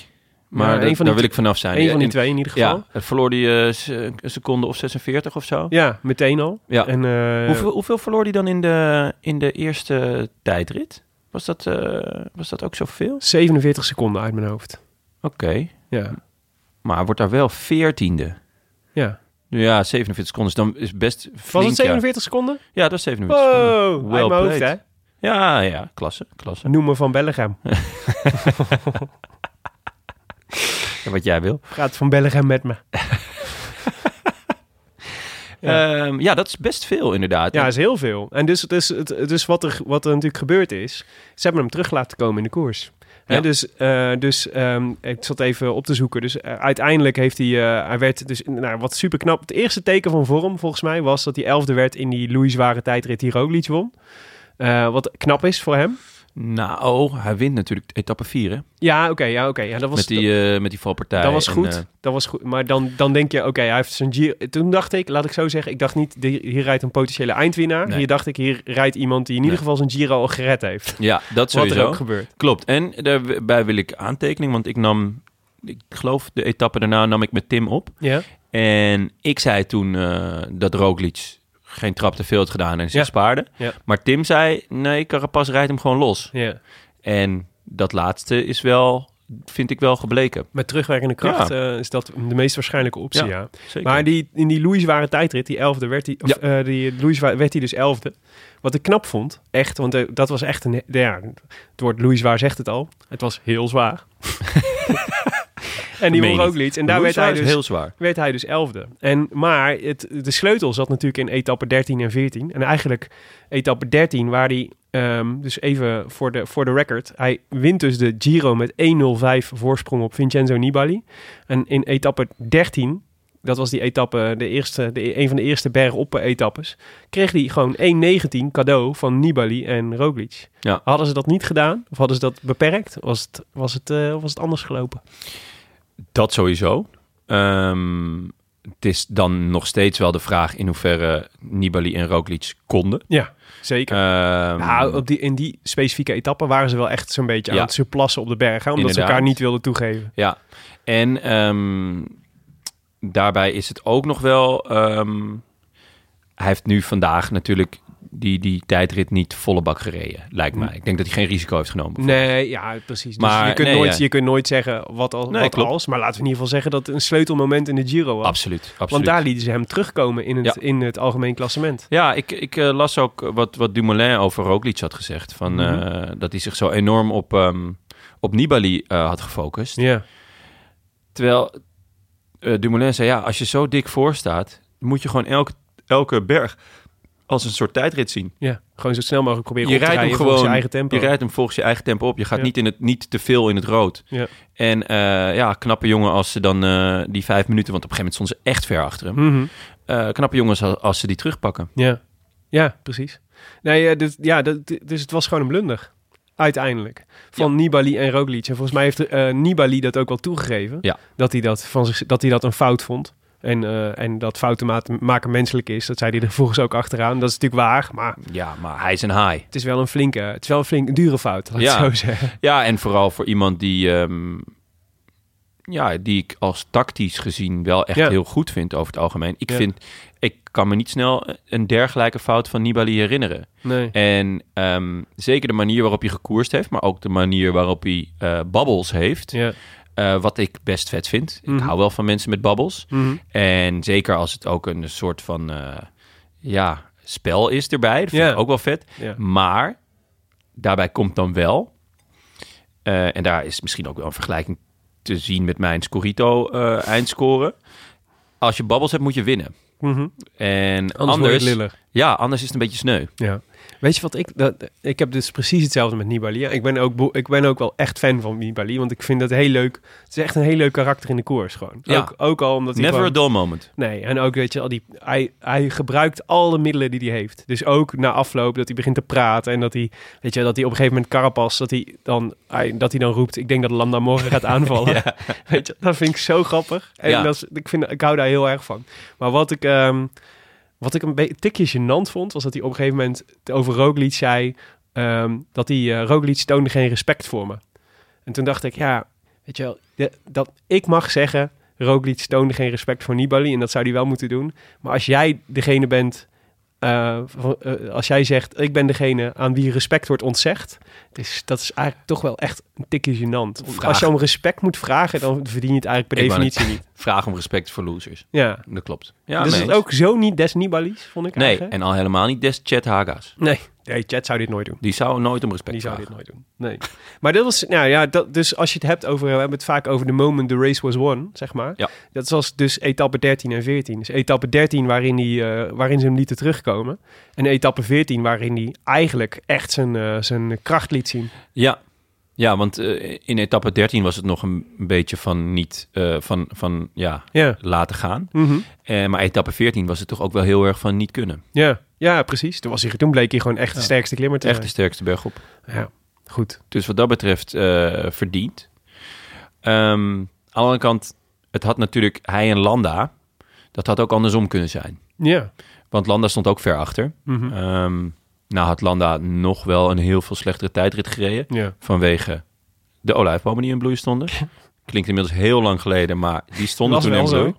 Maar
Ja,
dat-
een van die
daar wil ik vanaf zijn.
Eén van die
In-
twee in ieder geval.
Ja, het verloor hij eh, se- een seconde of 46 of zo.
Ja, meteen al.
Ja.
En, eh,
hoeveel, hoeveel verloor hij dan in de, in de eerste tijdrit? Was dat, eh, was dat ook zoveel?
47 seconden uit mijn hoofd.
Oké,
Ja,
maar hij wordt daar wel veertiende.
ja.
Ja, 47 seconden is dan is best flink.
Was het
ja.
47 seconden?
Ja, dat is 47
Wow,
seconden.
uit mijn hoofd hè.
played. Ja, ja, klasse, klasse.
Noemen van Bellegem.
Ja, wat jij wil.
Praat van Bellegem met me.
Ja, Ehm, ja dat is best veel inderdaad.
Ja, is heel veel. En dus, dus, het- dus wat, er, wat er natuurlijk gebeurd is, ze hebben hem terug laten komen in de koers. Hè,
Ja.
dus eh, dus ehm, ik zat even op te zoeken. Dus eh, uiteindelijk heeft hij, eh, hij werd dus, nou, wat super knap. Het eerste teken van vorm volgens mij was dat hij elfde werd in die Louis zware tijdrit die Roglic won. Eh, wat knap is voor hem.
Nou, hij wint natuurlijk etappe 4, hè?
Ja, oké, ja, oké. Ja, dat was
Met die, eh, met die valpartij.
Dat was
en,
goed.
eh,
dat was goed. Maar dan, dan denk je, oké, hij heeft zijn Giro. Toen dacht ik, laat ik zo zeggen, ik dacht niet, die- hier rijdt een potentiële eindwinnaar.
Nee.
Hier dacht ik, hier rijdt iemand die in ieder
Nee.
geval zijn Giro al gered heeft.
ja, dat
Wat er
sowieso.
ook gebeurt.
Klopt. En daarbij wil ik aantekening, want ik nam ik geloof de etappe daarna nam ik met Tim op.
Ja.
En ik zei toen eh, dat Roglic geen trap te veel had gedaan en zich
Ja.
spaarde.
Ja.
Maar Tim zei, nee, Carapaz rijdt hem gewoon los.
ja.
En dat laatste is wel, vind ik wel gebleken.
Met terugwerkende kracht eh, is dat de meest waarschijnlijke optie,
Ja,
ja.
Zeker.
Maar die, in die Louis zware tijdrit, die elfde, werd hij, of, eh, die Louis wa- werd hij dus elfde. Wat ik knap vond, echt, want eh, dat was echt een, he- ja, het woord Louis zwaar zegt het al. Het was heel zwaar. en die
Meen
won
je
ook liet. En daar
Louis
werd hij
Suarez
dus
is heel zwaar.
werd hij dus elfde. En, maar het, de sleutel zat natuurlijk in etappe 13 en 14. En eigenlijk etappe 13, waar hij, ehm, dus even voor de, voor de record, hij wint dus de Giro met 1.05 voorsprong op Vincenzo Nibali. En in etappe 13, dat was die etappe, de eerste, de, een van de eerste bergoppen-etappes, kreeg hij gewoon 1.19 cadeau van Nibali en Roglic.
Ja.
Hadden ze dat niet gedaan, of hadden ze dat beperkt, was het, was het, eh, was het anders gelopen?
Dat sowieso. Ehm, het is dan nog steeds wel de vraag in hoeverre Nibali en Roglic konden.
Ja, zeker.
Ehm,
Nou, op die, in die specifieke etappe waren ze wel echt zo'n beetje
Ja.
aan het surplassen op de berg. Hè, omdat ze
Inderdaad.
elkaar niet wilden toegeven.
Ja, en ehm, daarbij is het ook nog wel. ehm, hij heeft nu vandaag natuurlijk die, die tijdrit niet volle bak gereden, lijkt
Hm.
mij. Ik denk dat hij geen risico heeft genomen.
Nee, ja, precies. Dus
Maar,
je, kunt
nee,
nooit,
ja.
je kunt nooit zeggen wat, al,
Nee,
wat
klopt.
als. Maar laten we in ieder geval zeggen dat het een sleutelmoment in de Giro was.
Absoluut, absoluut.
Want daar lieten ze hem terugkomen in het,
Ja.
in het algemeen klassement.
Ja, ik, ik eh, las ook wat, wat Dumoulin over Roglic had gezegd. Van, eh, dat hij zich zo enorm op, ehm, op Nibali eh, had gefocust.
Ja,
Terwijl eh, Dumoulin zei, ja, als je zo dik voor staat... moet je gewoon elke, elke berg als een soort tijdrit zien.
ja. gewoon zo snel mogelijk proberen
je
op te
rijdt hem
rijden
gewoon
zijn eigen tempo.
Je rijdt hem volgens je eigen tempo op. Je gaat
Ja.
niet, in het, niet te veel in het rood.
Ja.
En eh, ja, knappe jongen als ze dan eh, die vijf minuten, want op een gegeven moment stonden ze echt ver achter hem.
Mhm.
Eh, knappe jongens als, als ze die terugpakken.
Ja, ja precies. Nee, eh, dit, ja, dat, dit- dus het was gewoon een blunder. Uiteindelijk. Van Nibali en Roglic. En volgens mij heeft eh, Nibali dat ook wel toegegeven.
Ja.
Dat, hij dat, van zich, dat hij dat een fout vond. En, eh, en dat fouten ma- maken menselijk is. Dat zei hij er volgens ook achteraan. Dat is natuurlijk waar. Maar
Ja, maar hij is een haai.
het is wel een flinke, het is wel een flink een dure fout. Laat ik
Ja.
het zo zeggen.
Ja, en vooral voor iemand die, ehm, ja, die ik als tactisch gezien wel echt
Ja.
heel goed vind over het algemeen. Ik
Ja.
vind, ik kan me niet snel een dergelijke fout van Nibali herinneren.
Nee.
En ehm, zeker de manier waarop hij gekoerst heeft, maar ook de manier waarop hij eh, babbels heeft.
Ja. Mhm.
Eh, wat ik best vet vind. Ik hou wel van mensen met babbels. En zeker als het ook een soort van eh, ja, spel is erbij. Dat vind
Ja.
ik ook wel vet.
Ja.
Maar daarbij komt dan wel... eh, en daar is misschien ook wel een vergelijking te zien met mijn Scorito-eindscore. als je babbels hebt, moet je winnen. En
Mhm. word
anders,
je liller.
ja, anders is het een beetje sneu.
Ja. Weet je wat ik... Dat, ik heb dus precies hetzelfde met Nibali. Ja, Ik ben, ook, bo- ik ben ook wel echt fan van Nibali. Want ik vind dat heel leuk. Het is echt een heel leuk karakter in de koers gewoon.
Ja.
Ook, ook al omdat hij
Never
gewoon-
a dull moment.
Nee, en ook weet je, al die, hij, hij gebruikt alle middelen die hij heeft. Dus ook na afloop dat hij begint te praten en dat hij, weet je, dat hij op een gegeven moment Carapas, dat hij dan, hij, dat hij dan roept, ik denk dat Landa morgen gaat aanvallen. Weet je, dat vind ik zo grappig. En
Ja.
dat is, ik, vind, ik hou daar heel erg van. Maar wat ik, ehm, wat ik een be- tikje gênant vond, was dat hij op een gegeven moment over Roglic zei, ehm, dat hij, eh, Roglic toonde geen respect voor me. En toen dacht ik, ja, weet je wel, de- dat ik mag zeggen, Roglic toonde geen respect voor Nibali en dat zou hij wel moeten doen. Maar als jij degene bent, eh, van- eh, als jij zegt, ik ben degene aan wie respect wordt ontzegd, dus dat is eigenlijk toch wel echt een tikje gênant.
Vraag.
Als je om respect moet vragen, dan verdien je het eigenlijk per
Ik wou
definitie niet.
Vraag om respect voor losers.
Ja.
Dat klopt. Ja,
dus
nee.
het is ook zo niet des Nibali's, vond ik
Nee,
eigenlijk.
en al helemaal niet des Chet Haga's.
Nee, nee, Chad zou dit nooit doen.
Die zou nooit om respect
Die zou dit
vragen.
nooit doen. Nee. Maar dat was, nou ja, dat, dus als je het hebt over, we hebben het vaak over de moment the race was won, zeg maar.
Ja.
Dat was dus etappe 13 en 14. Dus etappe 13 waarin, die, eh, waarin ze hem lieten terugkomen. En etappe 14 waarin hij eigenlijk echt zijn, eh, zijn kracht liet zien.
Ja, ja want eh, in etappe 13 was het nog een beetje van niet eh, van, van ja,
Ja.
laten gaan.
Mhm.
Eh, maar etappe 14 was het toch ook wel heel erg van niet kunnen.
Ja. Ja, precies. Toen, was hij, toen bleek hij gewoon echt de sterkste klimmer te
Echt de
zijn.
sterkste berg op.
Ja, goed.
Dus wat dat betreft eh, verdiend. Ehm, aan de andere kant, het had natuurlijk hij en Landa, dat had ook andersom kunnen zijn.
Ja.
Want Landa stond ook ver achter. Ehm, nou had Landa nog wel een heel veel slechtere tijdrit gereden.
Ja.
Vanwege de olijfbomen die in bloei stonden. Klinkt inmiddels heel lang geleden, maar die stonden
Was
toen
wel
helemaal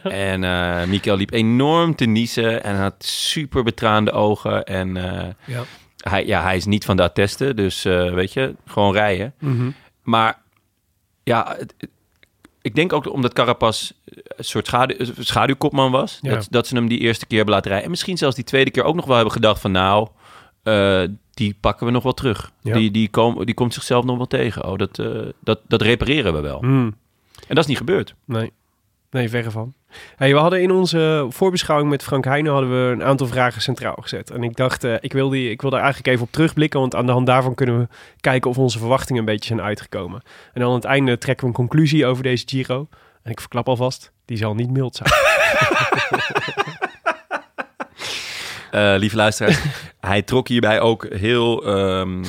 zo.
En eh Mikael liep enorm te niezen en had super betraande ogen. En eh,
Ja.
hij, ja, hij is niet van de attesten, dus eh, weet je, gewoon rijden.
Mhm.
Maar ja, het- het- ik denk ook omdat Carapaz een soort schadu- een schaduwkopman was,
Ja.
dat, dat ze hem die eerste keer hebben laten rijden. En misschien zelfs die tweede keer ook nog wel hebben gedacht van nou, eh, die pakken we nog wel terug.
Ja.
Die, die, kom, die komt zichzelf nog wel tegen. Oh, dat, eh, dat, dat repareren we wel.
Hmm.
En dat is niet gebeurd.
Nee. Nee, verre van. Hey, we hadden in onze voorbeschouwing met Frank Heijnen hadden we een aantal vragen centraal gezet. En ik dacht, eh, ik, wil die, ik wil daar eigenlijk even op terugblikken. Want aan de hand daarvan kunnen we kijken of onze verwachtingen een beetje zijn uitgekomen. En dan aan het einde trekken we een conclusie over deze Giro. En ik verklap alvast, die zal niet mild zijn.
Eh, lieve luisteraars, hij trok hierbij ook heel ehm,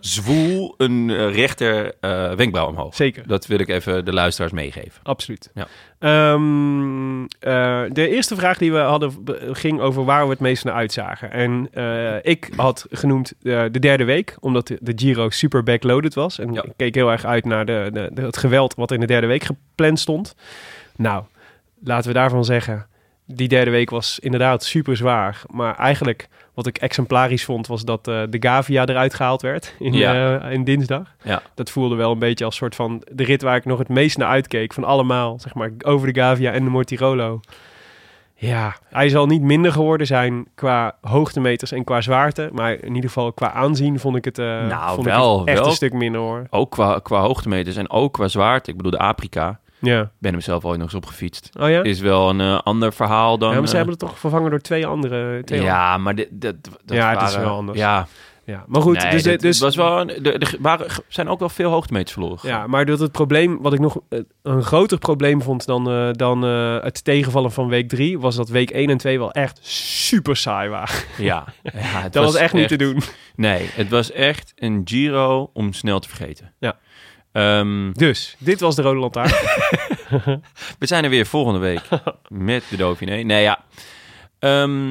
zwoel een eh, rechter eh, wenkbrauw omhoog.
Zeker.
Dat wil ik even de luisteraars meegeven.
Absoluut.
Ja.
Ehm, eh, de eerste vraag die we hadden be- ging over waar we het meest naar uitzagen. En eh, ik had genoemd eh, de derde week, omdat de, de Giro super backloaded was. En
Ja.
ik keek heel erg uit naar de, de, de- het geweld wat in de derde week gepland stond. Nou, laten we daarvan zeggen, die derde week was inderdaad super zwaar. Maar eigenlijk wat ik exemplarisch vond, was dat eh, de Gavia eruit gehaald werd in,
Ja.
eh, in dinsdag.
Ja.
Dat voelde wel een beetje als soort van de rit waar ik nog het meest naar uitkeek. Van allemaal, zeg maar, over de Gavia en de Mortirolo. Ja, hij zal niet minder geworden zijn qua hoogtemeters en qua zwaarte. Maar in ieder geval qua aanzien vond ik het, eh,
Nou,
vond ik
wel,
het echt
wel.
een stuk minder hoor.
Ook qua, qua hoogtemeters en ook qua zwaarte. Ik bedoel, de Afrika,
Ja.
ik ben hem zelf ooit nog eens op gefietst.
Oh ja?
Is wel een eh, ander verhaal dan...
ja, maar ze
eh,
hebben het toch vervangen door twee andere. Twee andere-
ja, maar dit, dat, dat
Ja, het
waren,
is wel anders.
Ja,
ja. Maar goed,
Nee,
dus,
dit
dus
was wel een, er, er waren, zijn ook wel veel hoogtemeters verloren. gegaan.
Ja, maar dat het probleem, wat ik nog eh, een groter probleem vond dan, eh, dan eh, het tegenvallen van week 3, was dat week 1 en 2 wel echt super saai waren.
ja. ja het
Dat was, echt niet te doen.
Nee, het was echt een Giro om snel te vergeten.
Ja.
Ehm,
Dus, dit was de Rode Lantaarn.
we zijn er weer volgende week met de Dauphiné. Nee, ja. Ehm,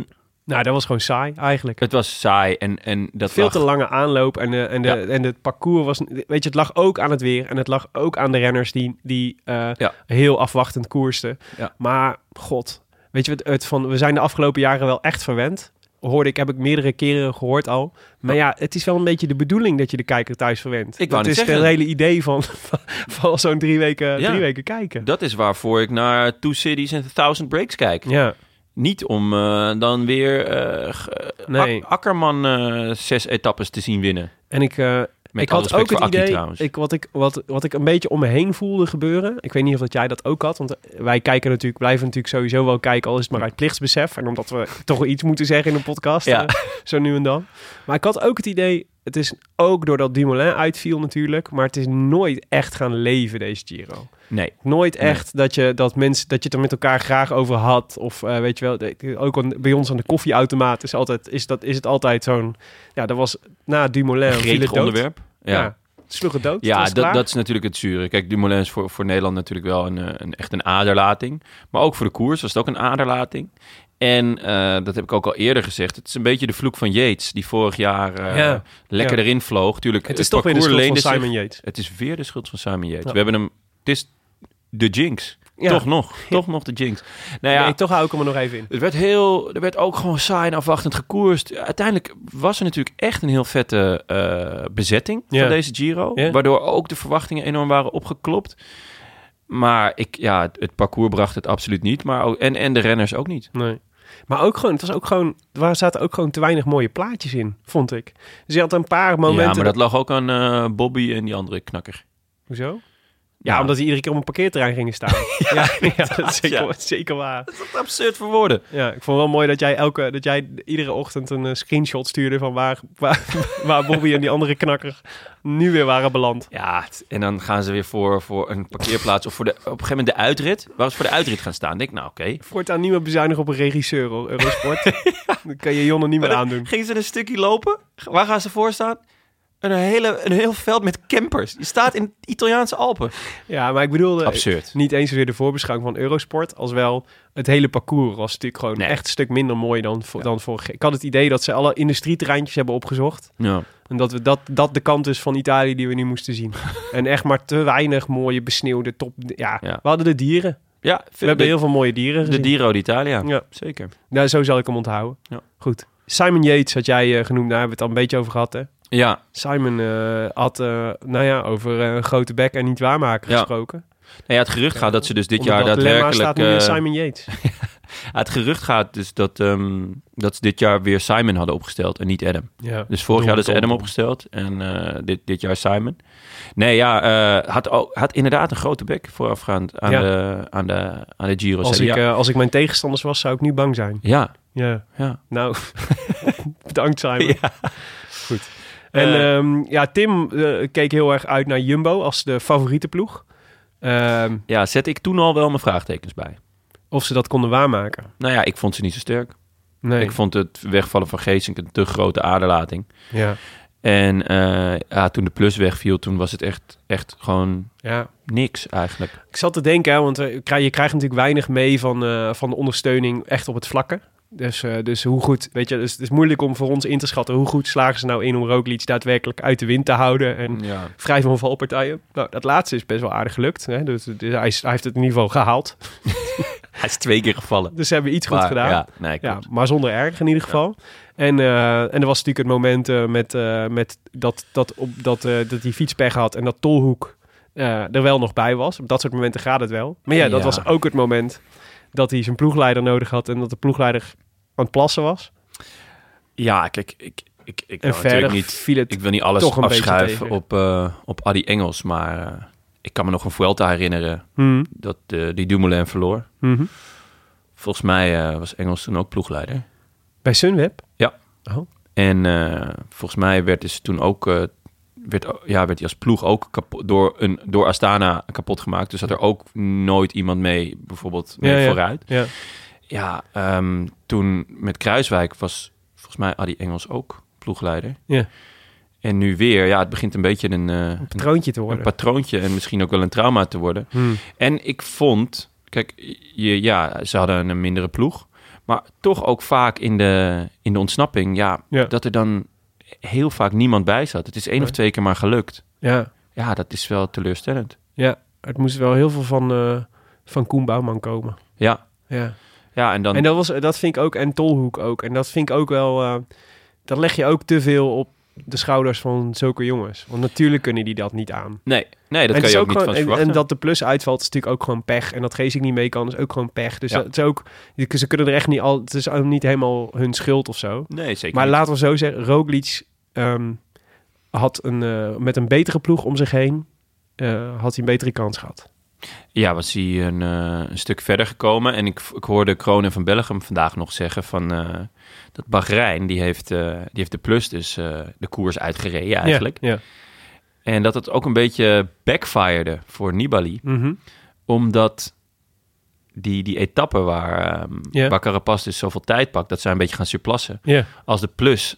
nou, dat was gewoon saai eigenlijk.
het was saai en, en dat
Veel
lag-
te lange aanloop en, eh, en, de,
Ja.
en het parcours was... Weet je, het lag ook aan het weer en het lag ook aan de renners die, die eh,
Ja.
heel afwachtend koersten.
Ja.
Maar, god, weet je, het, het van, we zijn de afgelopen jaren wel echt verwend. Hoorde ik, heb ik meerdere keren gehoord al. Maar ja, het is wel een beetje de bedoeling dat je de kijker thuis verwendt.
Ik wou
dat
net
is het
zeggen.
hele idee van, van, van zo'n drie weken,
Ja.
drie weken kijken.
Dat is waarvoor ik naar Two Cities en Thousand Breaks kijk.
Ja,
Niet om eh, dan weer eh, g- eh,
Nee.
Ak- Akkerman eh, zes etappes te zien winnen.
en ik, eh,
Met
ik
alle
had
respect
ook het
voor Akkie
idee,
trouwens.
Ik, wat, ik, wat, wat ik een beetje om me heen voelde gebeuren. Ik weet niet of dat jij dat ook had. Want eh, wij kijken natuurlijk, blijven natuurlijk sowieso wel kijken. Al is het maar uit plichtsbesef. En omdat we toch wel iets moeten zeggen in een podcast.
Ja.
eh, zo nu en dan. Maar ik had ook het idee. Het is ook doordat Dumoulin uitviel natuurlijk. Maar het is nooit echt gaan leven deze Giro.
Nee.
Nooit
Nee.
echt dat, je, dat, mensen, dat je het er met elkaar graag over had. Of eh, weet je wel, de- ook aan- bij ons aan de koffieautomaat is, altijd, is, dat, is het altijd zo'n... Ja, dat was na Dumoulin
Een
viel het
gretig
dood.
onderwerp.
Ja.
ja.
het sloeg het dood.
Ja,
het was klaar.
dat, dat is natuurlijk het zure. Kijk, Dumoulin is voor, voor Nederland natuurlijk wel een, eh, een, echt een aderlating. Maar ook voor de koers was het ook een aderlating. En eh, dat heb ik ook al eerder gezegd. Het is een beetje de vloek van Yates, die vorig jaar eh,
Ja,
lekker
ja.
erin vloog. Tuurlijk,
het is toch weer de
parcours
schuld van
leende zich-
Simon Yates.
Het is weer de schuld van Simon Yates.
Ja.
We hebben hem... Het is de jinx.
Ja.
Toch nog. Toch nog de jinx. Nou ja,
Nee, toch hou ik hem er nog even in.
het werd heel, er werd ook gewoon saai en afwachtend gekoerst. Uiteindelijk was er natuurlijk echt een heel vette eh, bezetting
Ja.
van deze Giro.
Ja.
Waardoor ook de verwachtingen enorm waren opgeklopt. Maar ik, ja, het, het parcours bracht het absoluut niet. Maar ook, en, en de renners ook niet.
Nee. Maar ook gewoon, het was ook gewoon, er zaten ook gewoon te weinig mooie plaatjes in, vond ik. Dus je had een paar momenten...
ja, maar dat lag ook aan eh, Bobby en die andere knakker.
Hoezo? Ja,
Ja.
omdat die iedere keer op een parkeerterrein gingen staan. ja, ja, dat is zeker,
ja.
dat is zeker waar.
Dat is absurd voor woorden.
Ja, ik vond wel mooi dat jij, elke, dat jij iedere ochtend een eh, screenshot stuurde van waar, waar, waar Bobby en die andere knakker nu weer waren beland.
Ja, het- en dan gaan ze weer voor, voor een parkeerplaats. of voor de, op een gegeven moment de uitrit. Waar ze voor de uitrit gaan staan. Ik denk, nou oké.
Voortaan niet meer bezuinigen op een regisseur, hoor, Eurosport. Dan kan je Jonne niet meer aandoen.
Gingen ze een stukje lopen? Waar gaan ze voor staan? een, hele, een heel veld met campers. Je staat in de Italiaanse Alpen.
Ja, maar ik bedoelde eh,
Absurd.
niet eens weer de voorbeschouwing van Eurosport. Als wel het hele parcours was natuurlijk gewoon
Nee.
echt een stuk minder mooi dan, vo- dan vorig jaar. Ik had het idee dat ze alle industrieterreintjes hebben opgezocht.
Ja.
En dat, we dat, dat de kant is van Italië die we nu moesten zien. en echt maar te weinig mooie besneeuwde top... Ja,
Ja.
we hadden de dieren.
Ja,
We hebben
de,
heel veel mooie
de
dieren gezien.
Giro d'Italia.
Ja.
Zeker.
Nou, zo zal ik hem onthouden.
Ja.
Goed. Simon Yates had jij eh, genoemd. Daar hebben we het al een beetje over gehad, hè?
Ja, Nou
Simon eh, had, eh, nou ja, over eh, een grote bek en niet waarmaken
Ja.
gesproken.
nou ja het gerucht gaat dat ze dus dit
Onder
jaar
dat dilemma
daadwerkelijk...
staat nu
eh,
weer Simon Yates.
Ja, Het gerucht gaat dus dat, ehm, dat ze dit jaar weer Simon hadden opgesteld en niet Adam.
Ja.
Dus vorig jaar hadden
Dom, dom,
ze Adam
dom.
opgesteld en eh, dit, dit jaar Simon. Nee, ja, eh, had, ook- had inderdaad een grote bek voorafgaand aan,
Ja.
de, aan, de, aan de Giro.
Als
Zei
ik,
hij, ja,
eh, als ik mijn tegenstanders was, zou ik nu bang zijn.
ja,
Ja.
ja.
Nou, bedankt Simon.
Ja.
Goed. En
Eh.
ehm, ja, Tim eh, keek heel erg uit naar Jumbo als de favoriete ploeg. Ehm,
Ja, zet ik toen al wel mijn vraagtekens bij.
of ze dat konden waarmaken.
Nou ja, ik vond ze niet zo sterk.
Nee.
Ik vond het wegvallen van Geesink een te grote aderlating.
Ja.
En eh, ja, toen de plus wegviel, toen was het echt, echt gewoon
ja.
niks eigenlijk.
Ik zat te denken, hè, want eh, je krijgt je krijgt natuurlijk weinig mee van, eh, van de ondersteuning echt op het vlakke. Dus, eh, dus hoe goed, weet je, dus het is moeilijk om voor ons in te schatten hoe goed slagen ze nou in om Roglic daadwerkelijk uit de wind te houden. En
Ja.
vrij van valpartijen. Nou, dat laatste is best wel aardig gelukt. Hè? Dus, dus hij, is- hij heeft het in ieder geval gehaald.
Hij is twee keer gevallen.
Dus ze hebben iets goed
Maar,
gedaan.
Ja,
Ja.
nee, klopt.
maar zonder erg in ieder geval. En, eh, en er was natuurlijk het moment eh, met, eh, met dat, dat, op, dat, eh, dat die fietspech had en dat Tolhoek eh, er wel nog bij was. Op dat soort momenten gaat het wel. Maar ja, dat
Ja.
was ook het moment dat hij zijn ploegleider nodig had en dat de ploegleider aan het plassen was.
Ja, kijk, ik, ik, ik,
En
wil natuurlijk
verder
niet,
viel het
ik wil niet alles
toch een beetje
afschuiven
tegen.
op, eh op Adi Engels, maar eh, ik kan me nog een Vuelta herinneren
Hmm.
dat eh, die Dumoulin verloor.
Mhm.
Volgens mij eh, was Engels toen ook ploegleider.
bij Sunweb.
Ja.
Oh.
En eh, volgens mij werd dus toen ook, eh, werd, ja, werd hij als ploeg ook kapot, door, een, door Astana kapot gemaakt. Dus had er ook nooit iemand mee, bijvoorbeeld, mee
Ja, ja.
vooruit.
Ja.
Ja, ehm, toen met Kruiswijk was volgens mij Adi Engels ook ploegleider.
Ja.
En nu weer, ja, het begint een beetje een, eh, een,
Troontje te
een
worden.
patroontje en misschien ook wel een trauma te worden.
Hmm.
En ik vond, kijk, je, ja, ze hadden een mindere ploeg, maar toch ook vaak in de, in de ontsnapping, ja,
Ja.
dat er dan heel vaak niemand bij zat. Het is één of twee keer maar gelukt.
Ja.
Ja, dat is wel teleurstellend.
Ja, het moest wel heel veel van, eh, van Koen Bouwman komen.
Ja,
Ja.
ja en dan...
En dat, was, dat vind ik ook, en Tolhoek ook. En dat vind ik ook wel, eh, dat leg je ook te veel op de schouders van zulke jongens. Want natuurlijk kunnen die dat niet aan.
nee, nee, dat kan
en het is
je ook niet van
gewoon-
ze
en- en,
verwachten.
dat de plus uitvalt is natuurlijk ook gewoon pech. En dat Geesink niet mee kan is ook gewoon pech. Dus
Ja.
dat is ook, ze kunnen er echt niet al, het is ook niet helemaal hun schuld of zo.
Nee, zeker
Maar
niet.
laten we zo zeggen, Roglic ehm, had een, eh, met een betere ploeg om zich heen, eh, had hij een betere kans gehad.
Ja, was hij een, eh, een stuk verder gekomen. En ik, ik hoorde Kronen van Belgium vandaag nog zeggen van... eh, dat Bahrein, die heeft, eh, die heeft de plus, dus eh, de koers uitgereden eigenlijk.
Ja, ja.
En dat het ook een beetje backfirede voor Nibali.
Mhm.
Omdat die, die etappe waar, ehm
Ja.
waar Carapaz dus zoveel tijd pakt... dat zij een beetje gaan surplassen.
Ja,
Als de plus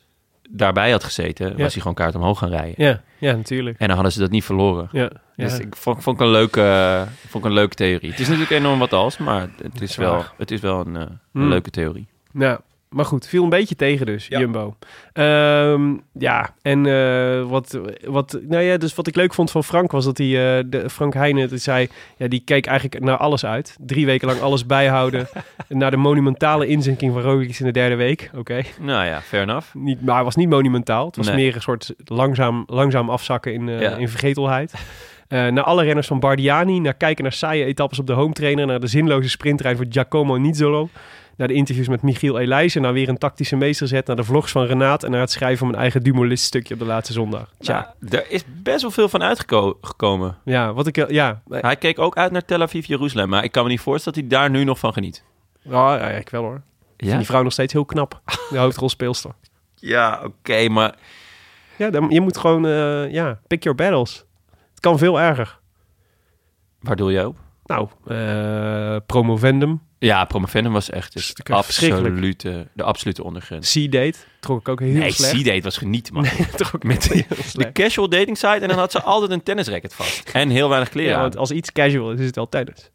daarbij had gezeten, was hij gewoon kaart omhoog gaan rijden.
ja, ja, natuurlijk.
En dan hadden ze dat niet verloren.
Ja, ja.
Dus ik vond, vond, ik een leuke, eh, vond ik een leuke theorie. Het is natuurlijk enorm wat als, maar het is wel,
waar.
het is wel een, eh, een
Hmm.
leuke theorie.
Nou, maar goed, viel een beetje tegen dus, Jumbo. Ehm, ja, en eh, wat, wat, nou ja, dus wat ik leuk vond van Frank was dat hij, eh, de, Frank Heijnen, die zei, ja, die keek eigenlijk naar alles uit. Drie weken lang alles bijhouden. naar de monumentale inzinking van Roglic in de derde week. Oké,
Nou ja, fair enough.
niet, maar het was niet monumentaal. Het was
Nee.
meer een soort langzaam, langzaam afzakken in, eh,
Ja.
in vergetelheid. Eh, naar alle renners van Bardiani, naar kijken naar saaie etappes op de home trainer, naar de zinloze sprinttrein voor Giacomo Nizzolo, naar de interviews met Michiel Elijzen, naar weer een tactische meesterzet, naar de vlogs van Renaat en naar het schrijven van mijn eigen Dumoulist stukje op de laatste zondag. Tja,
Ja, Nou, er is best wel veel van uitgekomen.
ja, wat ik, ja, eh,
Hij keek ook uit naar Tel Aviv, Jeruzalem. Maar ik kan me niet voorstellen dat hij daar nu nog van geniet.
nou, ja, ik wel hoor. Ik vind
Ja,
die vrouw nog steeds heel knap, de hoofdrolspeelster.
ja oké, maar
Ja, dan, je moet gewoon, eh, ja, pick your battles. Het kan veel erger.
waar doe jij op?
Nou, eh, promovendum,
Ja, Promovendum was echt het
Stukken verschrikkelijk.
absolute, de absolute ondergrens.
C-date, trok ik ook heel
nee,
slecht.
C-date was genieten, man.
trok
Met die- de
slecht.
casual dating site en dan had ze altijd een tennisracket vast. En heel weinig kleren
Ja,
aan.
want als iets casual is, is het wel tennis.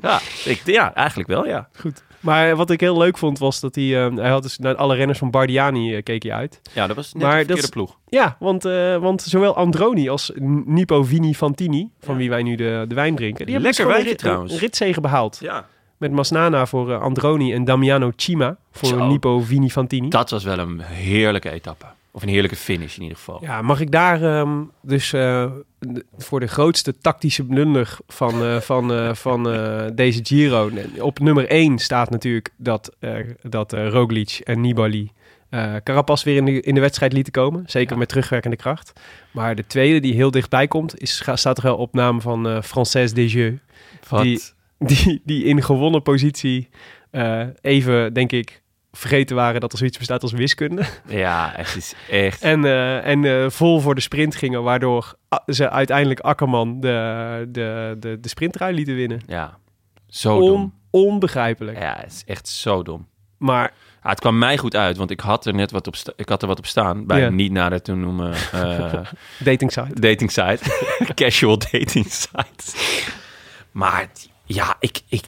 Ja, ik, ja, eigenlijk wel, ja.
Goed. Maar wat ik heel leuk vond, was dat hij... eh, hij had dus naar alle renners van Bardiani eh, keek hij uit.
Ja, dat was net
Maar
de
dat
verkeerde
is-
ploeg.
Ja, want, eh, want zowel Androni als N- Nipo Vini Fantini, van wie wij nu de, de wijn drinken... Die
Lekker
hebben dus gewoon
wijntje
een rit-
trouwens.
Een ritzege behaald.
Ja.
Met Masnana voor eh, Androni en Damiano Cima voor
Zo.
Nipo Vini Fantini.
Dat was wel een heerlijke etappe. Of een heerlijke finish in ieder geval.
Ja, mag ik daar ehm, dus eh, de- voor de grootste tactische blunder van, eh, van, eh, van eh, deze Giro... Op nummer 1 staat natuurlijk dat, eh, dat eh, Roglic en Nibali... eh Carapaz weer in de, in de wedstrijd lieten komen. Zeker met terugwerkende kracht. Maar de tweede die heel dichtbij komt... Is, ga- staat toch wel op naam van eh Française Desjeux.
Wat?
Die, die, die in gewonnen positie eh, even, denk ik... Vergeten waren dat er zoiets bestaat als wiskunde.
Ja, het is echt...
En, eh, en eh, vol voor de sprint gingen, waardoor a- ze uiteindelijk Akkerman de, de, de, de sprintrui lieten winnen.
Ja, zo Oh, dom.
onbegrijpelijk.
Ja, het is echt zo dom.
Maar
Ja, het kwam mij goed uit, want ik had er net wat op, sta- ik had er wat op staan. Bij
Ja.
een niet nader te noemen eh,
dating site.
dating site. Casual dating site. Maar die- ja, ik, ik,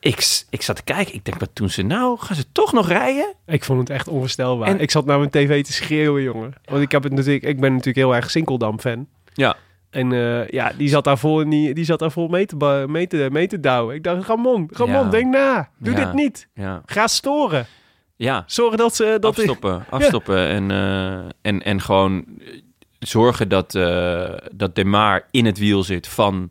ik, s- ik zat te kijken. Ik denk, wat doen ze nou? Gaan ze toch nog rijden?
Ik vond het echt onvoorstelbaar.
En-
ik zat naar mijn tv te schreeuwen, jongen. Want ik, heb het natuurlijk, ik ben natuurlijk heel erg Sinkeldam-fan.
Ja.
En eh, ja, die zat daar vol, en die, die zat daar vol mee, te, ba- mee, te, mee te douwen. Ik dacht, Ramon, Ramon,
Ja.
denk na. Doe
Ja.
dit niet.
Ja,
Ga storen.
ja.
Zorg dat ze... Dat
afstoppen, afstoppen. En, eh, en, en gewoon eh, zorgen dat, eh dat De Maar in het wiel zit van,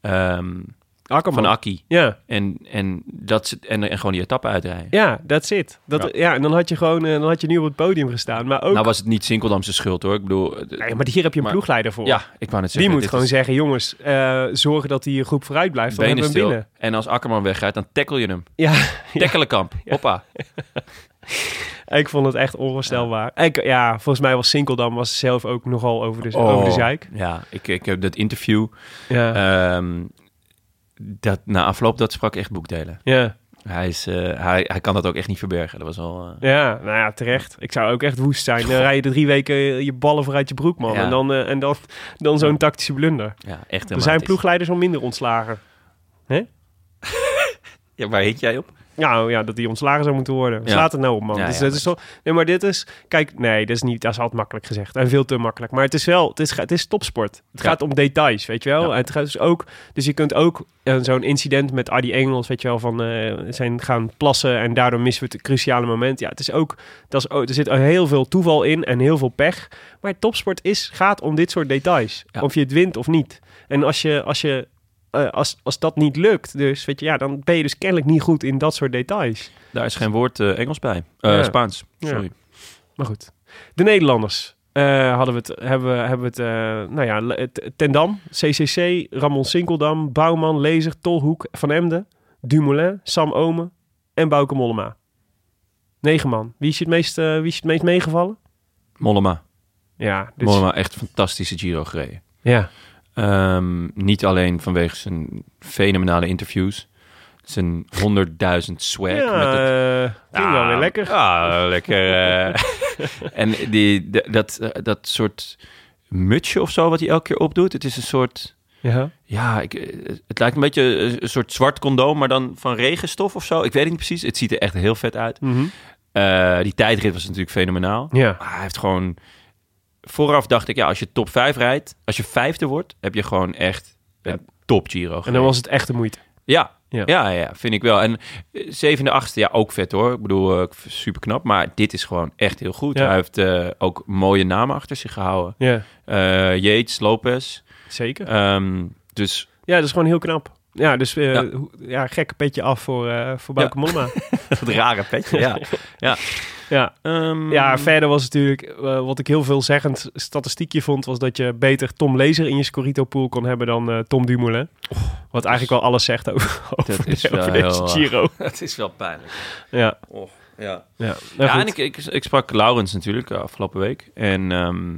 ehm
Akkerman.
van Akki.
ja.
En, en, dat ze, en, en gewoon die etappe uitrijden.
Ja, that's it. Dat, ja.
Ja.
en dan had je gewoon eh, dan had je nu op het podium gestaan. Maar ook.
Nou was het niet Sinkeldamse schuld hoor. Ik bedoel... eh,
Nee, maar hier heb je een
maar-
ploegleider voor.
Ja, ik wou net
die
zeggen.
moet
dit
gewoon
is
zeggen: jongens, eh, zorgen dat die groep vooruit blijft. Dan
benen
hebben we hem
stil.
binnen.
En als Akkerman wegrijdt, dan tackle je hem.
Ja,
Tekkelenkamp. Hoppa.
ik vond het echt onvoorstelbaar. Ja, ik, ja volgens mij was Sinkeldam was zelf ook nogal over de, over
Oh.
de zeik.
Ja, ik, ik heb dat interview.
Ja.
ehm, dat, na afloop, dat sprak echt boekdelen.
ja.
Hij, is, eh, hij, hij kan dat ook echt niet verbergen. Dat was al... eh,
Ja, nou ja, terecht. Ik zou ook echt woest zijn. Dan rij je de drie weken eh, je ballen vooruit je broek, man.
Ja.
En dan, eh, en dan, dan zo'n tactische blunder.
ja, echt
Er zijn
dramatisch.
ploegleiders al minder ontslagen.
Ja, waar hint jij op?
Nou ja, dat die ontslagen zou moeten worden.
Ja.
Slaat het nou op, man.
Ja,
dus
ja,
dat
maar-
is toch... Nee, maar dit is... Kijk, nee, dat is niet... Dat is altijd makkelijk gezegd. En veel te makkelijk. Maar het is wel... Het is, het is topsport. Het
Ja.
gaat om details, weet je wel.
Ja.
Het gaat dus ook... Dus je kunt ook eh, zo'n incident met Adi Engels, weet je wel, van eh, zijn gaan plassen en daardoor missen we het cruciale moment. Ja, het is ook... Dat is, ook- er zit heel veel toeval in en heel veel pech. Maar topsport is, gaat om dit soort details.
Ja.
Of je het wint of niet. En als je... Als je eh, als, als dat niet lukt, dus weet je, ja, dan ben je dus kennelijk niet goed in dat soort details.
Daar is geen woord eh, Engels bij. Eh,
Ja.
Spaans,
Ja.
sorry.
Maar goed. De Nederlanders. eh, hadden we het, hebben, we- hebben we het, eh, nou ja, Le- T- Tendam, CCC, Ramon Sinkeldam, Bouwman, Lezer, Tolhoek, Van Emden, Dumoulin, Sam Omen en Bouke Mollema. Negen man. Wie is je het meest, eh, wie is je het meest meegevallen?
Mollema.
Ja, dus,
Mollema, echt fantastische Giro gereden.
ja.
Ehm, niet alleen vanwege zijn fenomenale interviews. Zijn 100.000 swag.
ja
met het,
eh, ging wel weer lekker.
Ja, lekker. eh. en die, de- dat, eh, dat soort mutsje of zo wat hij elke keer opdoet. Het is een soort...
Ja.
Ja, ik, eh, het lijkt een beetje een- een soort zwart condoom, maar dan van regenstof of zo. Ik weet het niet precies. Het ziet er echt heel vet uit.
Mhm.
Eh, die tijdrit was natuurlijk fenomenaal.
ja.
Maar hij heeft gewoon... Vooraf dacht ik, ja, als je top 5 rijdt, als je vijfde wordt, heb je gewoon echt een top Giro
En
gereden.
dan was het echt de moeite.
Ja,
Ja.
ja. ja, ja, vind ik wel. En eh, zevende, achtste, ja, ook vet hoor. Ik bedoel, super knap, maar dit is gewoon echt heel goed.
Ja.
Hij heeft eh, ook mooie namen achter zich gehouden.
Ja,
Eh Yates, Lopez.
zeker.
Ehm, dus
Ja, dat is gewoon heel knap. Ja, dus eh,
Ja.
hoe- ja. gekke petje af voor, eh voor Bouke
Ja.
Mollema.
dat rare petje, ja. ja.
ja.
Ehm,
Ja, verder was natuurlijk, eh, wat ik heel veelzeggend statistiekje vond, was dat je beter Tom Lezer in je Scorito pool kon hebben dan eh, Tom Dumoulin.
Oh,
wat eigenlijk wel alles zegt over, over,
is
de-
wel
over deze
heel, eh,
Giro.
Het is wel pijnlijk.
Ja,
Ja,
ja.
ja
ja
en ik, ik, ik sprak Laurens natuurlijk eh, afgelopen week. En ehm,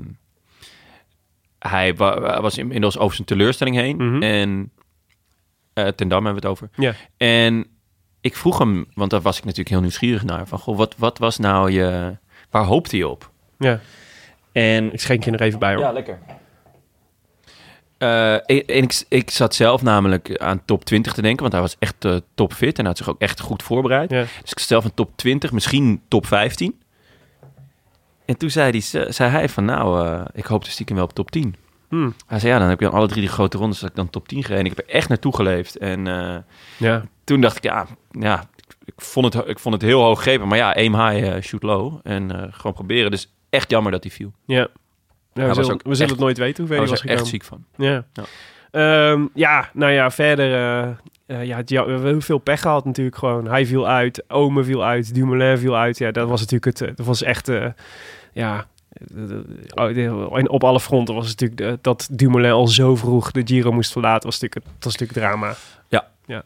hij wa- was inmiddels over zijn teleurstelling heen. En eh ten Dam hebben we het over.
Ja.
En ik vroeg hem, want daar was ik natuurlijk heel nieuwsgierig naar. Van, goh, wat, wat was nou je... Waar hoopte je op?
Ja.
En
Ik schenk je er even bij hoor.
ja, lekker. Eh, en en ik, ik zat zelf namelijk aan top 20 te denken, want hij was echt eh, topfit en had zich ook echt goed voorbereid.
Ja.
Dus ik stel van top 20, misschien top 15. En toen zei, die, ze- zei hij van nou, eh, ik hoopte stiekem wel op top 10.
Hmm.
Hij zei ja, dan heb ik dan alle drie die grote rondes dat ik dan top 10 gereden. Ik heb er echt naartoe geleefd. En eh,
Ja.
toen dacht ik ja, ja ik, ik vond het, ik vond het heel hoog gegrepen. Maar ja, aim high, eh, shoot low. En eh, gewoon proberen. Dus echt jammer dat hij viel.
Ja. Ja, we
was
zullen,
ook
we zullen
echt-
het nooit weten hoe
Daar
ver
was
hij was
ik
gekomen.
echt ziek van.
Ja.
Ja.
Ehm, ja, nou ja, verder. eh, eh, ja, het- ja, we hebben heel veel pech gehad natuurlijk gewoon. Hij viel uit, Ome viel uit, Dumoulin viel uit. Ja, dat was natuurlijk het... eh, Dat was echt... eh, ja... eh, eh, En op alle fronten was het natuurlijk eh, dat Dumoulin al zo vroeg de Giro moest verlaten. Was natuurlijk, het was natuurlijk drama.
Ja.
ja.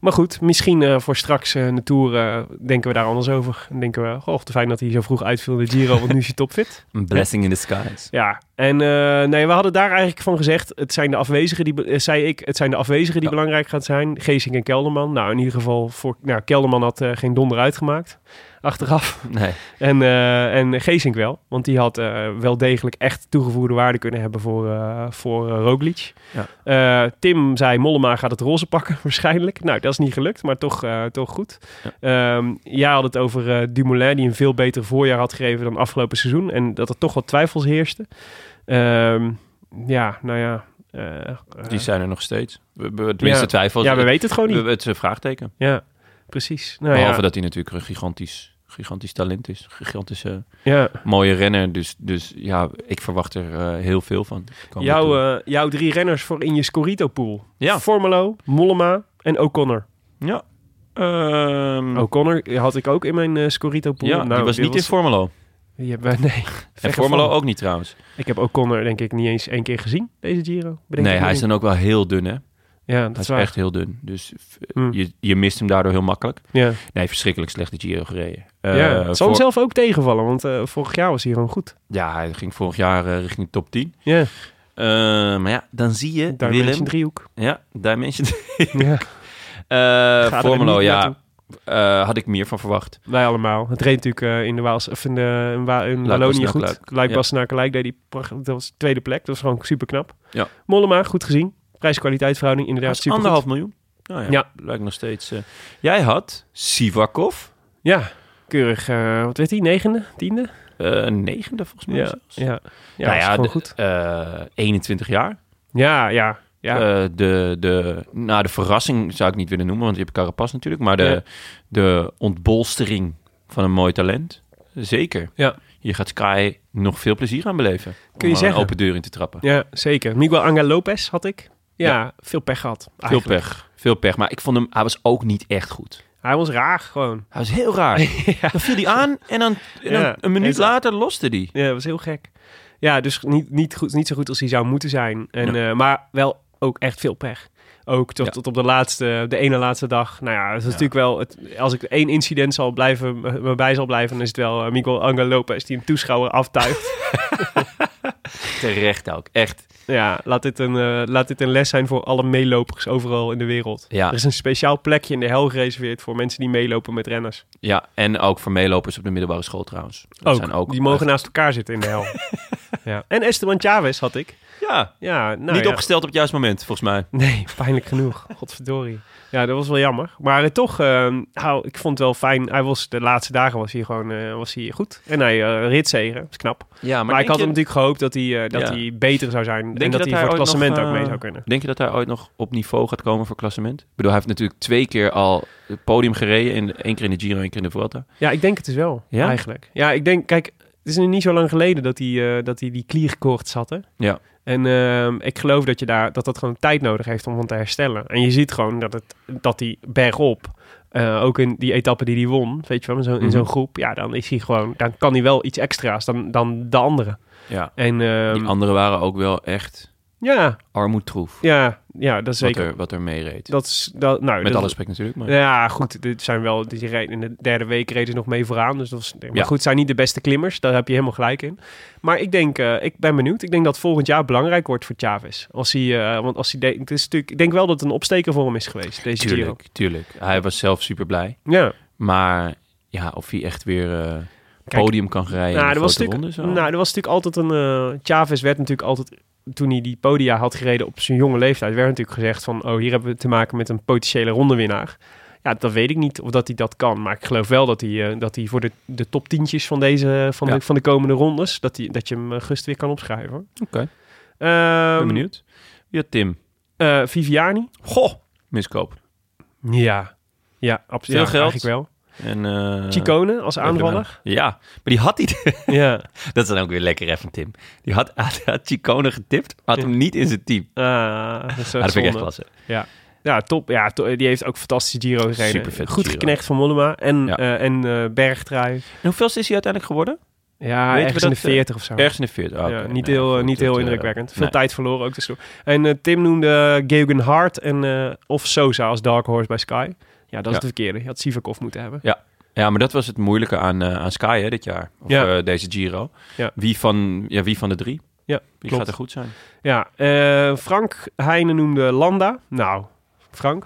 Maar goed, misschien eh, voor straks eh, in de Tour eh, denken we daar anders over. En denken we, goh, fijn dat hij zo vroeg uitviel in de Giro, want nu is hij topfit.
Een blessing in disguise.
Ja, en eh, nee, we hadden daar eigenlijk van gezegd, het zijn de afwezigen die, be- eh, zei ik, het zijn de afwezigen die
Ja.
belangrijk gaan zijn. Geesink en Kelderman. Nou, in ieder geval, voor, nou, Kelderman had eh, geen donder uitgemaakt, achteraf.
Nee.
En, eh en Geesink wel, want die had eh, wel degelijk echt toegevoegde waarde kunnen hebben voor, eh, voor eh, Roglic.
Ja.
Eh, Tim zei, Mollema gaat het roze pakken waarschijnlijk. Nou, dat is niet gelukt, maar toch, eh, toch goed. Ehm jij had het over eh, Dumoulin, die een veel beter voorjaar had gegeven dan afgelopen seizoen. En dat er toch wat twijfels heersten. Ehm, ja, nou ja. eh, eh,
Die zijn er nog steeds. We, we, tenminste,
Ja.
twijfels.
ja, we weten het gewoon
We-
niet.
we- Het is een vraagteken.
Ja, precies. Nou,
Behalve
ja.
dat hij natuurlijk een gigantisch, gigantisch talent is. Gigantische,
ja.
mooie renner. Dus, dus ja, ik verwacht er eh, heel veel van. de komende
Jouw,
tour.
eh, jouw drie renners voor in je Scorito-pool.
Ja.
Formelo, Mollema en O'Connor.
ja.
Oh,
Ehm,
O'Connor had ik ook in mijn eh, Scorito-pool.
ja,
Nou,
die was niet in Formelo.
die hebben we- nee.
En
Verre
Formelo
van.
ook niet trouwens.
Ik heb O'Connor denk ik niet eens één keer gezien, deze Giro. Bedenk
nee,
ik
hij
me
is
nu.
dan ook wel heel dun, hè?
Ja, dat
Hij
is
is
waar.
echt heel dun. Dus f-
Hmm.
je, je mist hem daardoor heel makkelijk.
Ja.
Nee, verschrikkelijk slecht de Giro gereden. Eh,
ja. Het zal hem
voor-
zelf ook tegenvallen, want eh, vorig jaar was hij gewoon goed.
ja, hij ging vorig jaar eh, richting de top 10.
Ja,
Eh, maar ja, dan zie je
daar
Willem.
een driehoek.
Ja, Dimension
Ja.
Eh
er
Formelo,
niet
ja.
naartoe.
Eh, had ik meer van verwacht.
Wij allemaal. Het reed natuurlijk eh, in de Waals, of in, de, in, Wa- in Wallonië
Bastenaken,
goed.
Luik.
Luik
Ja.
Bastenaken, Luik deed die pracht- dat was tweede plek. Dat was gewoon super knap.
Ja.
Mollema, goed gezien. Prijs-kwaliteitverhouding
Ja,
inderdaad super
anderhalf miljoen. Nou ja,
Ja.
lijkt nog steeds. eh, jij had Sivakov,
Ja, keurig. eh, wat werd hij? Negende? Tiende?
eh, negende volgens mij.
Ja,
zelfs.
ja. ja,
Nou
dat is gewoon
de-
goed.
eh, 21 jaar.
Ja, ja, ja.
Eh, de, de, nou, de verrassing zou ik niet willen noemen, want je hebt Carapaz natuurlijk. Maar de,
Ja.
de ontbolstering van een mooi talent. Zeker.
Ja.
Je gaat Sky nog veel plezier aan beleven. om er
zeggen.
een open deur in te trappen.
ja, zeker. Miguel Angel Lopez had ik. Ja, veel pech gehad.
veel
eigenlijk.
pech. Veel pech. Maar ik vond hem, hij was ook niet echt goed.
Hij was raar gewoon.
Hij was heel raar. Dan viel hij aan en dan, en dan
Ja,
een minuut
heeft-
later loste die.
Ja, dat was heel gek. Ja, dus niet, niet, goed, niet zo goed als hij zou moeten zijn. En, eh, maar wel ook echt veel pech. Ook tot,
Ja.
tot op de laatste, de ene laatste dag. Nou ja, het is natuurlijk wel... Het, als ik één incident zal blijven, me- me bij zal blijven... dan is het wel eh, Miguel Angel Lopez die een toeschouwer aftuigt.
Terecht ook, echt.
ja, laat dit, een, eh, laat dit een les zijn voor alle meelopers overal in de wereld.
Ja.
Er is een speciaal plekje in de hel gereserveerd... voor mensen die meelopen met renners.
Ja, en ook voor meelopers op de middelbare school trouwens. Dat
Ook,
zijn ook
die mogen
echt-
naast elkaar zitten in de hel. ja. En Esteban Chavez had ik.
Ja,
Ja, nou
niet
ja.
opgesteld op het juiste moment, volgens mij.
Nee, pijnlijk genoeg. Godverdorie. Ja, dat was wel jammer. Maar eh, toch, eh, nou, ik vond het wel fijn. Hij was, de laatste dagen was hij gewoon eh, was hij goed. En hij eh ritzegen, dat is knap. Maar,
Ja, maar,
ik had
je,
hem natuurlijk gehoopt dat hij, eh, dat
Ja.
hij beter zou zijn.
Denk
en
je
dat,
dat
hij
hij
voor het
ooit nog,
klassement ook
eh,
mee zou kunnen.
Denk je dat hij ooit nog op niveau gaat komen voor klassement? Ik bedoel, hij heeft natuurlijk twee keer al het podium gereden. In, één keer in de Giro, één keer in de Vuelta.
Ja, ik denk het dus wel,
Ja?
eigenlijk. Ja, ik denk, kijk, het is nu niet zo lang geleden dat hij, eh, dat hij die klierkoorts had, hè?
Ja.
En ehm, ik geloof dat, je daar, dat dat gewoon tijd nodig heeft om van te herstellen. En je ziet gewoon dat, het, dat die bergop, eh, ook in die etappe die hij won, weet je wel, in zo'n in zo'n
Mhm.
groep, ja, dan is hij gewoon, dan kan hij wel iets extra's dan, dan de anderen.
ja.
En ehm,
Die anderen waren ook wel echt
Ja,
Armoedtroef.
ja, ja, dat is
Wat
zeker.
er, wat er mee reed.
Dat is, dat, nou,
Met
dat-
alle respect natuurlijk. Maar...
Ja, goed. Dit zijn wel, die reden, in de derde week reden ze nog mee vooraan. Dus dat was, maar
Ja.
goed, het zijn niet de beste klimmers. Daar heb je helemaal gelijk in. Maar ik denk, eh, ik ben benieuwd. Ik denk dat volgend jaar belangrijk wordt voor Chavez. Als hij, eh, want als hij de- het is natuurlijk, ik denk wel dat het een opsteker voor hem is geweest, deze Giro.
Tuurlijk, tuurlijk. Hij was zelf super blij.
Ja.
Maar ja, of hij echt weer eh, podium kan rijden in
Nou,
de
er was,
grote oh.
natuurlijk,
ronde. Zo.
nou, er was natuurlijk altijd een... eh Chavez werd natuurlijk altijd, toen hij die podia had gereden op zijn jonge leeftijd, werd natuurlijk gezegd van, oh, hier hebben we te maken met een potentiële rondewinnaar. Ja, dat weet ik niet of dat hij dat kan. Maar ik geloof wel dat hij, eh, dat hij voor de, de top tientjes van, deze, van,
Ja.
de, van de komende rondes, dat, hij, dat je hem eh, gust weer kan opschrijven. hoor.
Oké, ik
Ehm,
ben benieuwd. Ja, Tim.
eh, Viviani?
Goh, miskoop.
Ja. Ja, absoluut.
Veel
Ja,
geld.
Eigenlijk wel.
En, eh,
Chicone als aanvaller.
Ja, maar die had hij.
Ja.
dat is dan ook weer lekker even, Tim. Die had, had, had Chicone getipt, maar had hem niet in zijn team.
Ah, dat is zo
Maar dat vind ik echt
zonde.
klasse.
Ja. Ja, top. Ja, to- die heeft ook fantastische Giro gereden.
Supervette
Goed
Giro.
geknecht van Mollema en,
Ja.
eh, en eh, Bergtrui.
En hoeveel is hij uiteindelijk geworden?
Ja,
Weten we
ergens in de
dat, eh,
40 of zo.
Ergens in de 40.
ja, niet heel, eh, niet heel indrukwekkend. Veel tijd verloren ook. Dus. En eh, Tim noemde Geugen Hart en, eh, of Sosa als Dark Horse bij Sky. Ja, dat is
Ja.
de verkeerde. Je had Sivakov moeten hebben.
Ja, maar dat was het moeilijke aan, eh, aan Sky hè, dit jaar. Of
Ja.
eh, deze Giro.
Ja.
Wie, van, ja, wie van de drie?
Ja,
Wie
klopt.
gaat er goed zijn?
Ja, eh, Frank Heijnen noemde Landa. Nou, Frank,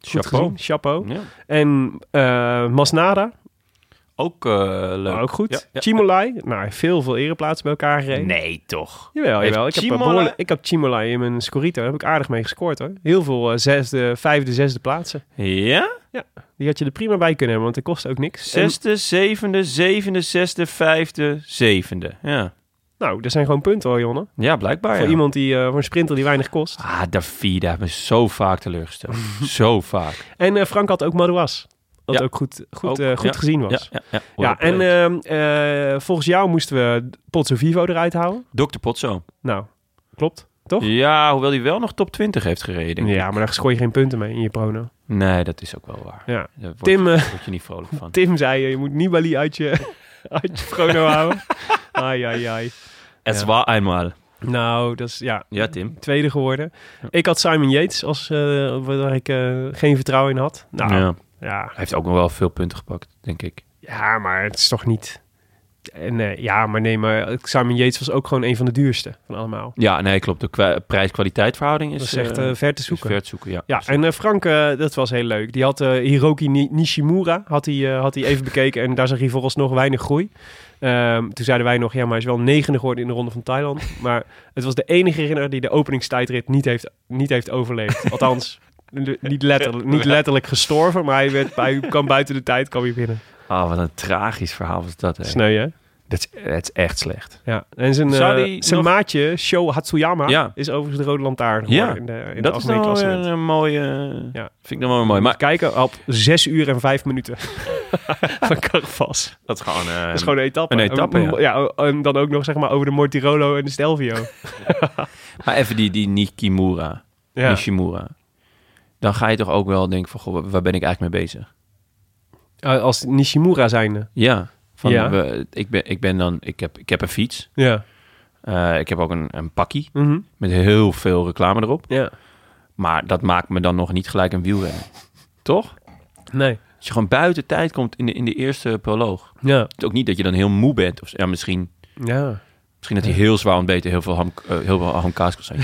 goed
Chapeau.
gezien. Chapeau.
Ja.
En eh, Masnada,
Ook eh, leuk.
ook goed.
Ja, ja.
Chimolai, nou, veel, veel ereplaatsen bij elkaar gereden.
Nee, toch?
Jawel,
Heeft
jawel. Ik, heb,
Chimola-
eh, behoorlijk- ik heb Chimolai in mijn Scorito. Daar heb ik aardig mee gescoord hoor. Heel veel eh, zesde, vijfde, zesde plaatsen.
Ja?
Die had je er prima bij kunnen hebben, want het kost ook niks.
Zesde, zevende, zevende, zesde, vijfde, zevende. Ja,
En, nou, dat zijn gewoon punten hoor, Jonne.
ja blijkbaar.
voor
Ah, ja.
iemand die, eh, voor een sprinter die weinig kost.
Ah, Davida heeft me zo vaak teleurgesteld. zo vaak.
En eh, Frank had ook Madouas. Dat
Ja.
ook goed, goed,
Ook,
eh, goed
ja.
gezien was. Ja,
Ja, ja, ja.
en ehm, eh, volgens jou moesten we Pozzo Vivo eruit houden.
Dr. Potso.
Nou, klopt. Toch?
Ja, hoewel hij wel nog top 20 heeft gereden. denk ik.
Ja, maar daar gooi je geen punten mee in je prono.
Nee, dat is ook wel waar.
Ja.
Daar word,
Tim, eh,
je, word je niet vrolijk van.
Tim zei, eh, je moet Nibali uit je, uit je prono houden. Ai, ai, ai.
Het was eenmaal.
Nou, dat is, ja,
Ja, Tim.
tweede geworden. Ik had Simon Yates, als, eh, waar ik eh, geen vertrouwen in had. Nou, ja.
Ja.
Ja,
Hij heeft ook nog wel veel punten gepakt, denk ik.
maar het is toch niet... En, eh, ja, maar nee, maar Simon Yates was ook gewoon een van de duurste van allemaal.
Ja, nee, klopt. De kwa- prijs-kwaliteit verhouding is,
Dat is echt
eh,
eh, ver te
is
zoeken.
ver te zoeken. Ja,
Ja, en eh, Frank, eh, dat was heel leuk. Die had eh, Hiroki Ni- Nishimura, had hij, eh, had hij even bekeken. En daar zag hij vooralsnog weinig groei. Ehm, toen zeiden wij nog, ja, maar hij is wel negende geworden in de Ronde van Thailand. Maar het was de enige renner die de openingstijdrit niet heeft, niet heeft overleefd. Althans, de- niet, letterlijk, niet letterlijk gestorven, maar hij, werd, hij kwam buiten de tijd, kwam hij binnen.
Ah, wat een tragisch verhaal was dat. Hè.
Sneu, hè?
Dat is, dat is echt slecht.
Ja. En zijn, eh,
Zou die
zijn
nog-
maatje, Sho Hatsuyama,
Ja.
is overigens de rode lantaarn
Ja,
geworden in de, in de
dat is
algemene
dan wel eh, weer
klassement.
een mooie...
Ja.
Vind ik dan wel weer mooi. Maar
Kijken op 6 uur en 5 minuten van Carvas.
dat is gewoon... eh,
Dat is gewoon een etappe.
Een etappe,
En- ja. En dan ook nog zeg maar over de Mortirolo en de Stelvio.
Maar even die, die Nikimura,
ja.
Nishimura. Dan ga je toch ook wel denken van, goh, waar ben ik eigenlijk mee bezig?
Eh, Als Nishimura zijnde.
Ja. Van,
Ja.
we- ik, ben, ik ben dan... Ik heb, ik heb een fiets.
Ja.
Eh, ik heb ook een, een pakkie
Mhm.
met heel veel reclame erop.
Ja.
Maar dat maakt me dan nog niet gelijk een wielrenner. Toch?
Nee.
Als je gewoon buiten tijd komt in de, in de eerste proloog.
Ja.
Het is ook niet dat je dan heel moe bent. Of, ja, misschien,
Ja.
misschien dat hij heel zwaar ontbeten heel veel ham, eh, heel veel hamkaas kon zijn.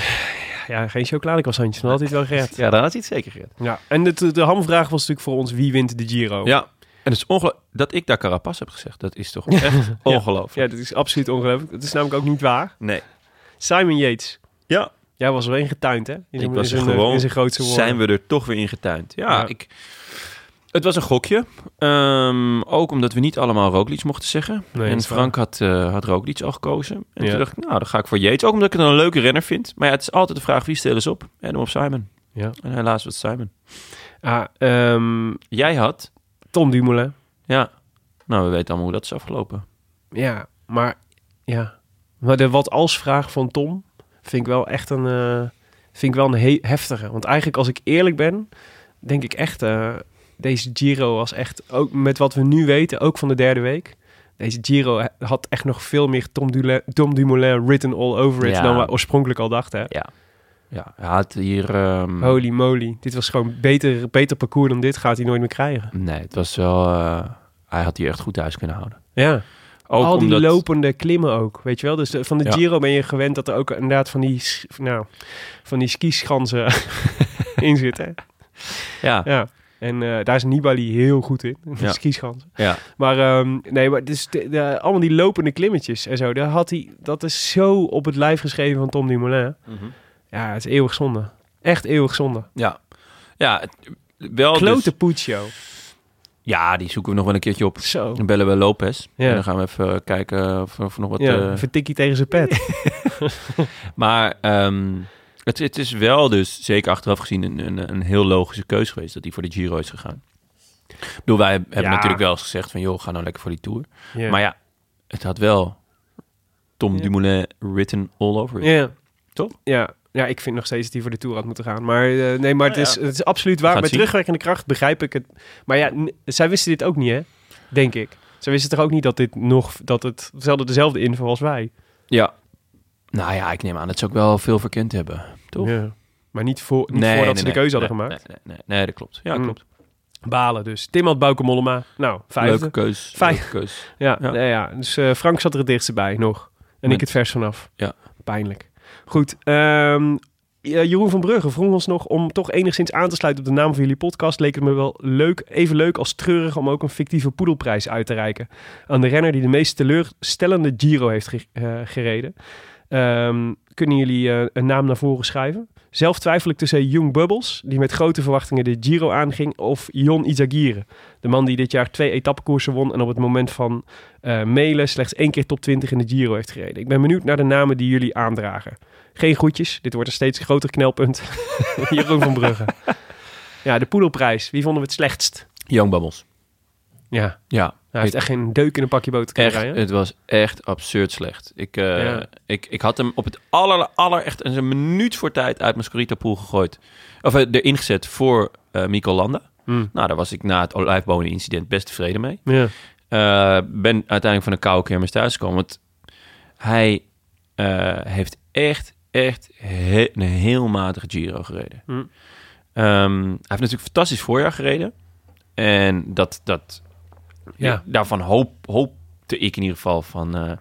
Ja, geen chocoladekroissantjes. Dan had hij het wel gered.
Ja, dan had hij het zeker gered.
Ja. En de, de hamvraag was natuurlijk voor ons, wie wint de Giro?
Ja, en het is ongelooflijk dat ik daar Carapaz heb gezegd. Dat is toch echt ongelooflijk.
Ja, dat is absoluut ongelooflijk. Dat is namelijk ook niet waar.
Nee.
Simon Yates.
Ja.
Jij was wel ingetuind, hè? In zijn-
Ik was
in
er
zijn-
gewoon.
In zijn grootste woorden.
Zijn we er toch weer in getuind? Ja,
Ja.
ik... Het was een gokje. Ehm, ook omdat we niet allemaal Roglic mochten zeggen.
Nee, dat
en
is waar.
Frank had, eh had Roglic al gekozen. En
Ja.
toen dacht ik, nou, dan ga ik voor Yates. Ook omdat ik het een leuke renner vind. Maar ja, het is altijd de vraag, wie stelen ze op? Adam of Simon?
Ja.
En helaas was het Simon.
Ah, ehm,
Jij had...
Tom Dumoulin.
Ja. Nou, we weten allemaal hoe dat is afgelopen.
Ja, maar ja. Maar de wat als vraag van Tom vind ik wel echt een, eh, vind ik wel een he- heftige. Want eigenlijk als ik eerlijk ben, denk ik echt, eh, deze Giro was echt, ook met wat we nu weten, ook van de derde week. Deze Giro he- had echt nog veel meer Tom, Dule- Tom Dumoulin written all over it
Ja.
dan we oorspronkelijk al dachten. hè.
Ja. Ja, hij had hier... ehm,
Holy moly. Dit was gewoon beter, beter parcours dan dit. Gaat hij nooit meer krijgen.
Nee, het was wel... eh, hij had hier echt goed huis kunnen houden.
Ja.
Ook
Al die
omdat-
lopende klimmen ook, weet je wel? Dus de- van de
Ja.
Giro ben je gewend dat er ook inderdaad van die, s- nou, van die skischansen in zitten.
Ja, ja.
Ja. En eh, daar is Nibali heel goed in, de
Ja.
skischansen.
ja.
Maar ehm, nee, maar dus de- de- allemaal die lopende klimmetjes en zo, daar had hij, dat is zo op het lijf geschreven van Tom Dumoulin.
Mhm.
Ja, het is eeuwig zonde. Echt eeuwig zonde.
ja. het- wel Oh, dus-
Klote Puccio.
ja, die zoeken we nog wel een keertje op.
Zo.
Dan bellen we Lopez.
Ja.
En dan gaan we even eh, kijken of, of nog wat...
Ja,
eh,
vertikkie tegen zijn pet.
Maar ehm, het, het is wel dus, zeker achteraf gezien, een, een, een heel logische keuze geweest dat hij voor de Giro is gegaan. Ik bedoel, wij hebben
Ja.
natuurlijk wel eens gezegd van, joh, ga nou lekker voor die Tour.
Ja.
Maar ja, het had wel Tom Dumoulin written all over it.
Ja.
Toch?
Ja. Ja, ik vind nog steeds dat hij voor de Tour had moeten gaan. Maar eh, nee, maar het,
Nou
is,
ja.
het is absoluut
gaan
waar.
het
Met
zien.
terugwerkende kracht begrijp ik het. Maar ja, n- zij wisten dit ook niet, hè? Denk ik. Zij wisten toch ook niet dat dit nog... Dat het, ze hadden dezelfde info als wij.
Ja. Nou ja, ik neem aan dat ze ook wel veel verkend hebben, toch?
Ja. Maar niet, voor, niet voordat ze de keuze hadden
nee,
gemaakt.
Nee, nee, nee, nee, dat klopt. Ja,
Mm.
klopt.
Balen dus. Tim had Bauke Mollema. Nou, vijfde.
Leuke keus.
Vijf-
Leuke keus.
Ja,
Ja.
ja. ja. dus eh, Frank zat er het dichtst bij nog. En ik
Met-
het vers vanaf.
Ja.
Pijnlijk. Goed. ehm, ja, Jeroen van Brugge vroeg ons nog om toch enigszins aan te sluiten op de naam van jullie podcast. Leek het me wel leuk, even leuk als treurig om ook een fictieve poedelprijs uit te reiken. Aan de renner die de meest teleurstellende Giro heeft ge- eh, gereden. Ehm, kunnen jullie eh, een naam naar voren schrijven? Zelf twijfel ik tussen Young Bubbles, die met grote verwachtingen de Giro aanging, of Jon Izagirre. De man die dit jaar twee etappekoersen won en op het moment van eh mailen slechts één keer top 20 in de Giro heeft gereden. Ik ben benieuwd naar de namen die jullie aandragen. Geen groetjes, dit wordt een steeds groter knelpunt. Jeroen van Brugge. Ja, de poedelprijs. Wie vonden we het slechtst?
Young Bubbles.
Ja,
Ja.
hij heeft echt geen deuk in een pakje boter kunnen
Echt,
rijden.
het was echt absurd slecht. Ik, eh,
Ja.
ik, ik had hem op het aller, aller echt eens een minuut voor tijd uit mijn Scorita-pool gegooid. Of eh, erin gezet voor eh Mico Landa.
Hmm.
Nou, daar was ik na het olijfbonen-incident best tevreden mee.
Ja.
Eh, ben uiteindelijk van een koude kermis thuis gekomen. Want hij eh, heeft echt, echt he- een heel matige Giro gereden.
Hmm.
Ehm, hij heeft natuurlijk een fantastisch voorjaar gereden. En dat, dat,
Ja.
daarvan hoop, hoopte ik in ieder geval van... eh,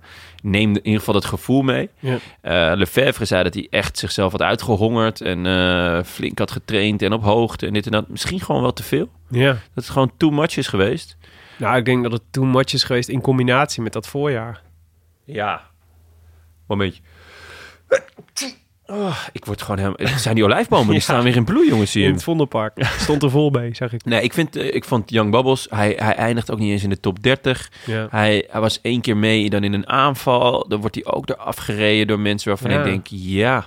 neem in ieder geval dat gevoel mee.
Ja.
Eh, Lefebvre zei dat hij echt zichzelf had uitgehongerd... en eh, flink had getraind en op hoogte en dit en dat. Misschien gewoon wel te veel.
ja.
Dat het gewoon too much is geweest.
Nou, ik denk dat het too much is geweest in combinatie met dat voorjaar.
Ja. Momentje. Oh, ik word gewoon helemaal... Het zijn die olijfbomen, die
Ja.
staan weer in bloei, jongens. Zie je
In
hem.
het Vondelpark. Stond er vol bij, zag ik.
Nee, ik, vind, eh, ik vond Young Bubbles, hij, hij eindigt ook niet eens in de top 30.
Ja.
Hij, hij was één keer mee dan in een aanval. Dan wordt hij ook eraf gereden door mensen waarvan
Ja.
ik denk, ja.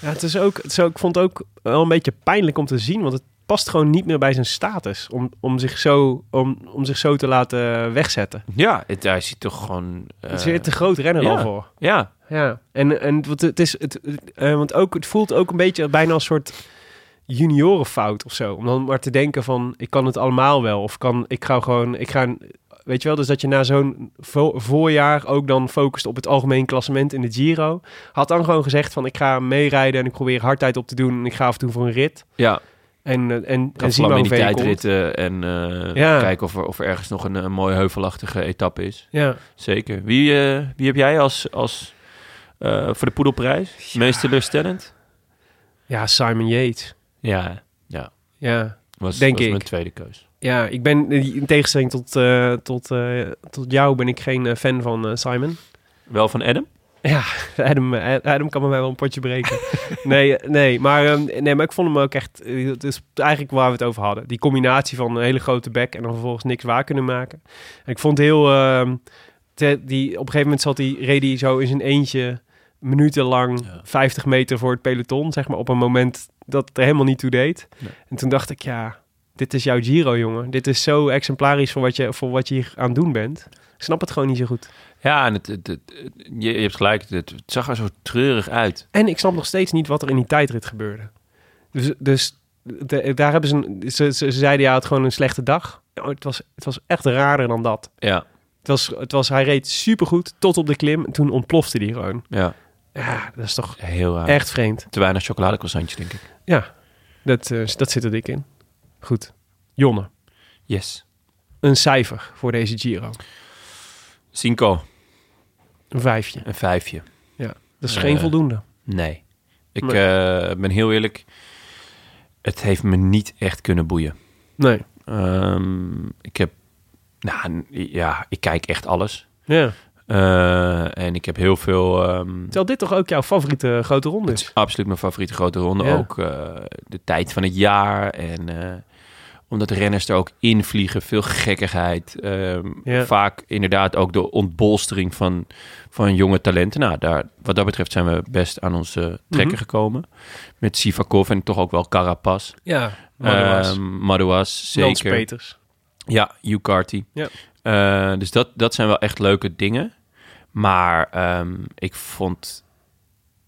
Ja, het is ook, het is ook, ik vond het ook wel een beetje pijnlijk om te zien, want het past gewoon niet meer bij zijn status om, om, zich, zo, om, om zich zo te laten wegzetten.
Ja, het, hij ziet toch gewoon... eh,
het is weer te groot renner
ja.
al voor.
Ja,
Ja, en, en wat het is, het, het, eh, want ook, het voelt ook een beetje bijna als soort juniorenfout of zo. Om dan maar te denken van, ik kan het allemaal wel. Of kan, ik ga gewoon, ik ga, een- weet je wel, dus dat je na zo'n vo- voorjaar ook dan focust op het algemeen klassement in de Giro. Had dan gewoon gezegd van, ik ga meerijden en ik probeer hardheid op te doen en ik ga af en toe voor een rit.
ja.
En, eh, en,
Gaan
en zien maar
vlammen in
hoe
die
ver je komt.
tijdritten en eh,
Ja.
kijken of er, of er ergens nog een, eh, mooie heuvelachtige etappe is.
Ja.
Zeker. Wie, eh, wie heb jij als, als eh, voor de poedelprijs? Meest teleurstellend?
ja, Simon Yates.
Ja, ja.
Ja.
Was,
Denk
was
ik.
mijn tweede keus.
Ja, ik ben in tegenstelling tot, eh, tot, eh, tot jou ben ik geen eh, fan van eh, Simon.
Wel van Adam?
Ja, Adam, eh, Adam kan bij mij wel een potje breken. nee, eh, nee, maar, ehm, nee, maar ik vond hem ook echt... eh, Het is eigenlijk waar we het over hadden. Die combinatie van een hele grote bek en dan vervolgens niks waar kunnen maken. En ik vond het heel... ehm, te- die, op een gegeven moment zat die, reed hij zo in zijn eentje minutenlang 50 meter voor het peloton. Zeg maar op een moment dat het er helemaal niet toe deed.
Nee.
En toen dacht ik, ja, dit is jouw Giro, jongen. Dit is zo exemplarisch voor wat je, voor wat je hier aan het doen bent. Ik snap het gewoon niet zo goed.
Ja, en het, het, het- het- je, je hebt gelijk, het, het zag er zo treurig uit.
En ik snap nog steeds niet wat er in die tijdrit gebeurde. Dus, dus de- daar hebben ze, een- ze, ze ze zeiden ja, het gewoon een slechte dag. Nou, het, was, het was echt raarder dan dat.
Ja,
Het was, het was, hij reed supergoed tot op de klim en toen ontplofte die gewoon.
ja.
Ja, dat is toch
Heel raar.
echt vreemd.
Te weinig chocoladecroissantjes, denk ik.
Ja, dat, eh, dat zit er dik in. Goed. Jonne,
Yes.
een cijfer voor deze Giro.
Cinco.
Een vijfje.
Een vijfje.
Ja, dat is geen
Eh,
voldoende.
Nee. Ik
Nee.
eh, ben heel eerlijk. Het heeft me niet echt kunnen boeien.
Nee.
Ehm, ik heb... Nou, n- ja, ik kijk echt alles.
Ja.
Eh, en ik heb heel veel... ehm,
Terwijl dit toch ook jouw favoriete grote ronde
Het
is.
is absoluut mijn favoriete grote ronde.
Ja.
Ook eh, de tijd van het jaar. En eh, omdat de renners er ook in vliegen. Veel gekkigheid. Ehm,
Ja.
Vaak inderdaad ook de ontbolstering van, van jonge talenten. Nou, daar, wat dat betreft zijn we best aan onze
Mhm.
trekken gekomen. Met Sivakov en toch ook wel Carapaz.
Ja.
Ehm, Madouas,
Nans
zeker.
Peters.
Ja, Ucarty.
Ja.
Eh, dus dat, dat zijn wel echt leuke dingen. Maar ehm, ik vond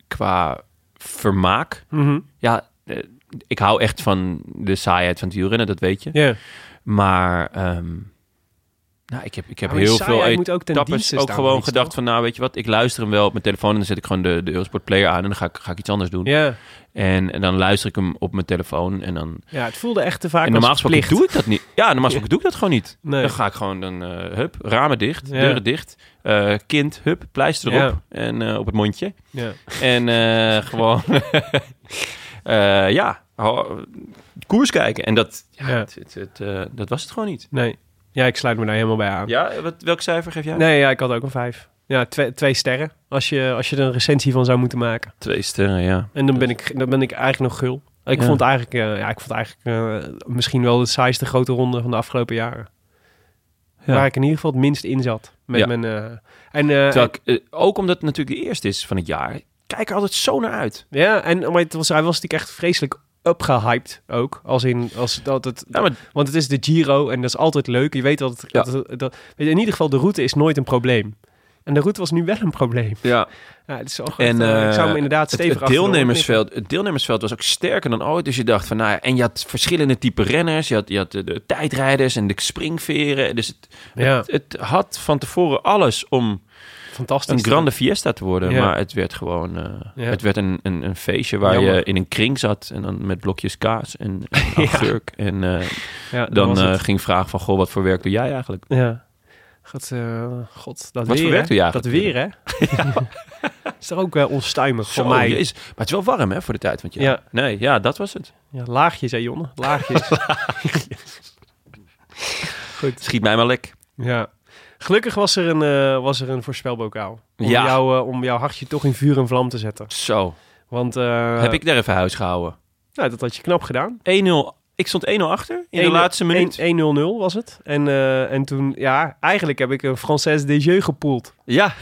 qua vermaak...
Mhm.
Ja, eh, ik hou echt van de saaiheid van het wielrennen, dat weet je.
Ja.
Maar ehm, nou, ik heb, ik heb
Ja, maar die
heel veel
saaiheid moet ook ten
etappes
dienste
ook
staan van
gewoon
iets,
gedacht
toch?
van... nou, weet je wat, ik luister hem wel op mijn telefoon... en dan zet ik gewoon de, de Eurosport Player aan... en dan ga ik, ga ik iets anders doen.
Ja.
En, en dan luister ik hem op mijn telefoon en dan...
ja, het voelde echt te vaak
En normaal
als
gesproken
plicht.
doe ik dat niet. Ja, normaal gesproken doe ik dat gewoon niet.
Nee.
Dan ga ik gewoon, dan, eh, hup, ramen dicht,
Ja.
deuren dicht. eh, kind, hup, pleister erop.
Ja.
En eh, op het mondje.
Ja.
En eh, gewoon, eh, ja, ho- koers kijken. En dat, ja,
Ja.
het, het, het, eh, dat was het gewoon niet.
Nee. Ja, ik sluit me daar helemaal bij aan.
Ja, wat, welk cijfer geef jij?
Nee, ja, ik had ook een vijf. Ja, twee, twee sterren. Als je, als je er een recensie van zou moeten maken.
Twee sterren, ja.
En dan ben ik, dan ben ik eigenlijk nog gul. Ik
Ja.
vond eigenlijk, eh, ja, ik vond eigenlijk eh, misschien wel de saaiste grote ronde van de afgelopen jaren.
Ja.
Waar ik in ieder geval het minst in zat. Met
Ja.
mijn, eh, en, eh,
Terwijl ik, eh, ook omdat het natuurlijk de eerste is van het jaar. Ik kijk er altijd zo naar uit.
ja, en maar het was, hij was natuurlijk echt vreselijk upgehyped ook. Als in, als dat het,
Ja, maar
want het is de Giro en dat is altijd leuk. Je weet dat, het,
Ja.
dat, het- dat- weet je, in ieder geval de route is nooit een probleem. En de route was nu wel een probleem.
ja,
Ja, het is al goed.
En,
Eh, ik zou
eh,
hem inderdaad
het-
stevig
het,
achter de oren
deelnemersveld, het deelnemersveld was ook sterker dan ooit. Dus je dacht van, nou ja, en je had verschillende type renners. Je had, je had de, de tijdrijders en de springveren. Dus het,
knippen. Ja,
het had van tevoren alles om
fantastisch.
een grande fiesta te worden.
Ja.
Maar het werd gewoon, eh,
Ja.
het werd een, een, een feestje waar je
Jammer.
in een kring zat. En dan met blokjes kaas en, en augurk. En eh,
Ja, dat
dan
was
eh,
het.
ging vragen van, goh, wat voor werk doe jij eigenlijk?
Ja. God, eh, God
Wat
dat weer,
voor
hè?
werk doe jij
Dat
eigenlijk?
weer, hè? is toch ook wel onstuimig voor
Zo,
mij.
jezus. Maar het is wel warm, hè, voor de tijd. Want ja,
Ja.
Nee, ja, dat was het.
Ja, laagjes, hè, Jonne? Laagjes.
Schiet mij maar lek.
ja. Gelukkig was er een, eh, was er een voorspelbokaal. Om,
Ja.
jou, eh, om jouw hartje toch in vuur en vlam te zetten.
Zo,
Want eh,
heb ik daar even huis gehouden.
nou, dat had je knap gedaan.
1-0. Ik stond 1-0 achter in de laatste minuut.
1-0-0 was het. En, eh, en toen, ja, eigenlijk heb ik een Française de Jeu gepoeld.
Ja.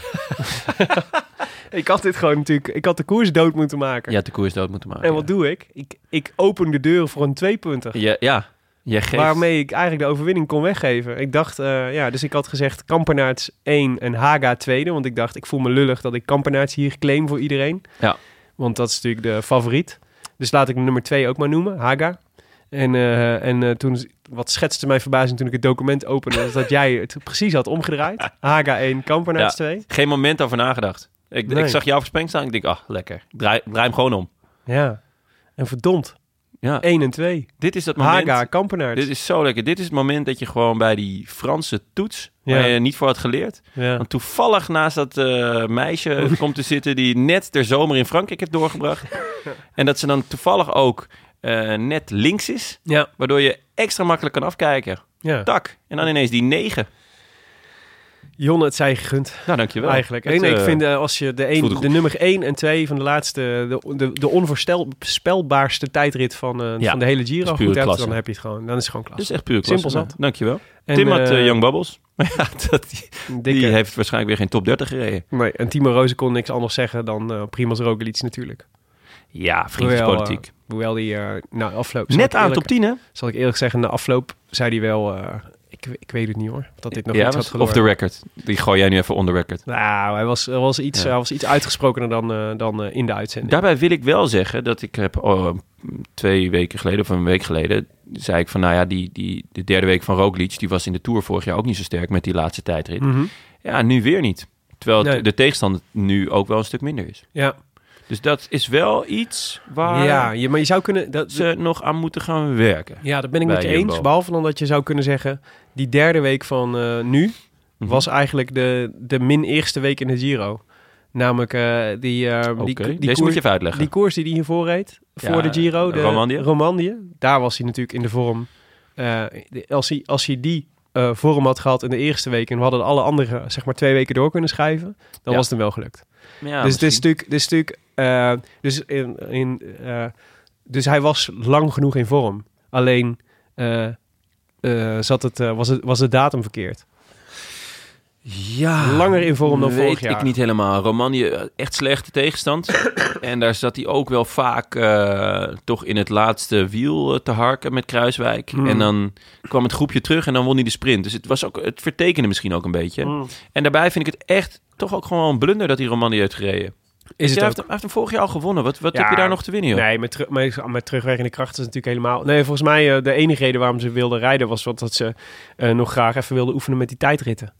Ik had dit gewoon natuurlijk... Ik had de koers dood moeten maken.
Je had de koers dood moeten maken.
En wat doe ik? ik? Ik open de deuren voor een tweepunter.
Ja, ja. Jij geeft...
Waarmee ik eigenlijk de overwinning kon weggeven. Ik dacht, eh, ja, dus ik had gezegd Kampernaerts 1 en Haga tweede. Want ik dacht, ik voel me lullig dat ik Kampernaerts hier claim voor iedereen.
Ja.
Want dat is natuurlijk de favoriet. Dus laat ik de nummer 2 ook maar noemen, Haga. En, eh, en eh, toen, wat schetste mijn verbazing toen ik het document opende, was dat jij het precies had omgedraaid. Haga 1, Kampernaerts
Ja.
2.
Geen moment over nagedacht. Ik,
Nee.
ik zag jou versprengd staan. Ik denk, ah, lekker. Draai, draai hem gewoon om.
Ja. En verdomd,
Ja.
1 en 2.
Dit is dat moment.
Haga, Kampernaerts.
Dit is zo lekker. Dit is het moment dat je gewoon bij die Franse toets, waar
Ja.
je niet voor had geleerd.
Ja.
Want toevallig naast dat eh, meisje komt te zitten die net de zomer in Frankrijk heeft doorgebracht. en dat ze dan toevallig ook eh, net links is.
Ja.
Waardoor je extra makkelijk kan afkijken.
ja.
Tak. En dan ineens die negen.
Jonne, het zij gegund.
Nou, dankjewel.
Eigenlijk.
Het,
En ik
eh,
vind eh, als je de,
voelde
een,
goed.
de nummer 1 en 2 van de laatste, de, de, de onvoorspelbaarste tijdrit van, eh,
Ja,
van de hele
dat
Giro
is
goed
pure
hebt,
klasse.
dan heb je het gewoon. Dan is het gewoon
Dat is
klasse.
echt puur klasse.
Simpel zat.
Ja, Dankjewel.
En,
Tim had
eh,
eh, Young Bubbles. Maar ja, dat, die,
Een
Dus die
dikke-
heeft waarschijnlijk weer geen top 30 gereden.
nee, en Timo Rozen kon niks anders zeggen dan eh Primoz Roglic natuurlijk.
Ja, vriendjespolitiek.
Hoewel, eh, hoewel die, eh nou afloop... zal
Net
ik
aan
eerlijk-
top 10, hè?
Zal ik eerlijk zeggen, na afloop zei hij wel... eh, ik, ik weet het niet hoor, dat dit nog
ja,
iets had
was off the
verloren.
record. Die gooi jij nu even on the record.
Nou, hij was, er was iets,
Ja.
hij was iets uitgesprokener dan, eh, dan eh, in de uitzending.
Daarbij wil ik wel zeggen dat ik heb oh, twee weken geleden of een week geleden zei ik van nou ja, die, die, de derde week van Roglic, die was in de Tour vorig jaar ook niet zo sterk met die laatste tijdrit.
Mhm.
Ja, nu weer niet. Terwijl het-
Nee.
de tegenstander nu ook wel een stuk minder is.
Ja,
Dus dat is wel iets waar
ja, je- maar je zou kunnen... Dat,
ze nog aan moeten gaan werken.
ja, dat ben ik
Bij
met je eens.
Jumbo.
Behalve dan dat je zou kunnen zeggen... die derde week van eh, nu
Mhm.
was eigenlijk de, de min eerste week in de Giro. Namelijk eh, die, eh,
Oké,
die, die
deze moet
koers-
je even uitleggen.
Die koers die hij hiervoor reed,
Ja, eh,
voor de Giro, de
Romandie.
daar was hij natuurlijk in de vorm. eh, de- als, hij, als hij die eh, vorm had gehad in de eerste week en we hadden alle andere zeg maar twee weken door kunnen schuiven, dan
Ja.
was het hem wel gelukt.
Ja,
dus het
Ah,
is
misschien.
natuurlijk, dit is natuurlijk eh, dus, in, in, eh, dus hij was lang genoeg in vorm. Alleen eh, eh, zat het, eh, was, het, was de datum verkeerd.
ja,
Langer in vorm dan
Ah, weet
vorig jaar.
ik niet helemaal. Romanië, eh, echt slechte tegenstand. en daar zat hij ook wel vaak eh, toch in het laatste wiel eh, te harken met Kruiswijk.
Mhm.
En dan kwam het groepje terug en dan won hij de sprint. Dus het, was ook, het vertekende misschien ook een beetje.
Mhm.
En daarbij vind ik het echt toch ook gewoon een blunder dat hij Romanië heeft gereden.
Is
hij,
het ook.
heeft, hem- hij heeft hem vorig jaar al gewonnen. Wat, wat
Ja,
heb je daar nog te winnen, joh?
Nee, met, teru- met, met terugwerkende kracht is het natuurlijk helemaal... Nee, volgens mij eh, de enige reden waarom ze wilden rijden... was wat, dat ze eh, nog graag even wilden oefenen met die tijdritten.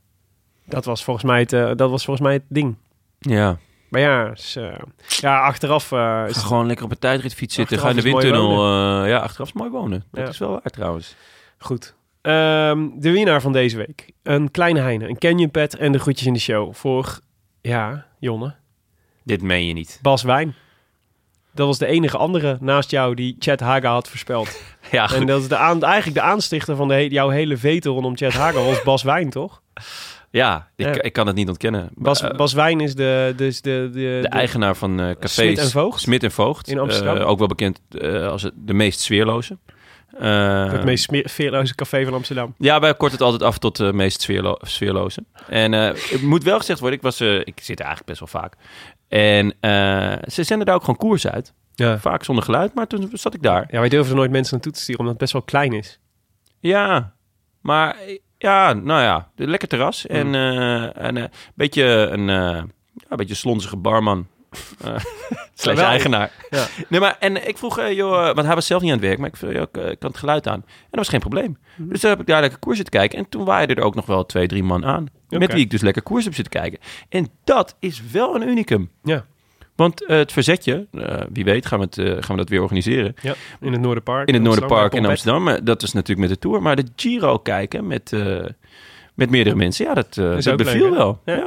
Dat was volgens mij het, eh, dat was volgens mij het ding.
Ja.
Maar ja, ze- ja achteraf... eh, is
Ga
het-
gewoon lekker op een tijdritfiets zitten. Ga in
Achteraf
de
is mooi
windtunnel. eh, ja, achteraf is mooi wonen. Dat
Ja.
is wel waar trouwens.
Goed. Ehm, de winnaar van deze week. Een kleine heine, een Canyon Pet en de groetjes in de show. Voor, ja, Jonne,
Dit meen je niet.
Bas Wijn. Dat was de enige andere naast jou die Chad Haga had voorspeld.
Ja, goed.
En dat is de aan, eigenlijk de aanstichter van de, he- jouw hele veten rondom Chad Haga was Bas Wijn, toch?
Ja, ik,
Ja.
ik kan het niet ontkennen.
Bas,
Eh,
Bas Wijn is de, dus de, de,
de
de-
eigenaar van eh café
Smit en Voogd?
Smit en Voogd.
In Amsterdam?
Eh, ook wel bekend eh, als het- de meest sfeerloze. Eh,
het meest smeer- veerloze café van Amsterdam.
Ja, wij korten het altijd af tot de meest sfeerlo sfeerloze. En eh, het moet wel gezegd worden, ik, was, eh, ik zit er eigenlijk best wel vaak. En eh, ze zenden daar ook gewoon koers uit.
Ja.
Vaak zonder geluid, maar toen zat ik daar.
ja, wij durven er nooit mensen naartoe te sturen, omdat het best wel klein is.
Ja, maar eh, ja, nou ja, de- lekker terras.
Mm.
En eh, een eh, beetje een, eh, ja, een beetje slonzige barman. Eh, Slechts
Wel.
eigenaar.
Ja.
Nee, maar, en ik vroeg, eh, joh, eh, want hij was zelf niet aan het werk, maar ik vroeg, joh, ik, eh, kan het geluid aan? En dat was geen probleem.
Mm.
Dus toen heb ik daar lekker koers zitten kijken. En toen waaiden er ook nog wel twee, drie man aan. Met
Oké.
wie ik dus lekker koers heb zitten kijken. En dat is wel een unicum.
Ja,
Want eh, het verzetje, eh, wie weet gaan we, het, eh, gaan we dat weer organiseren.
ja. in het Noorderpark.
In het Noorderpark in
bij
Amsterdam. eh, Dat was natuurlijk met de Tour. Maar de Giro kijken met, eh, met meerdere mensen. Ja, dat, eh,
is
dat
ook leuk,
beviel
hè?
wel. Ja.
Ja.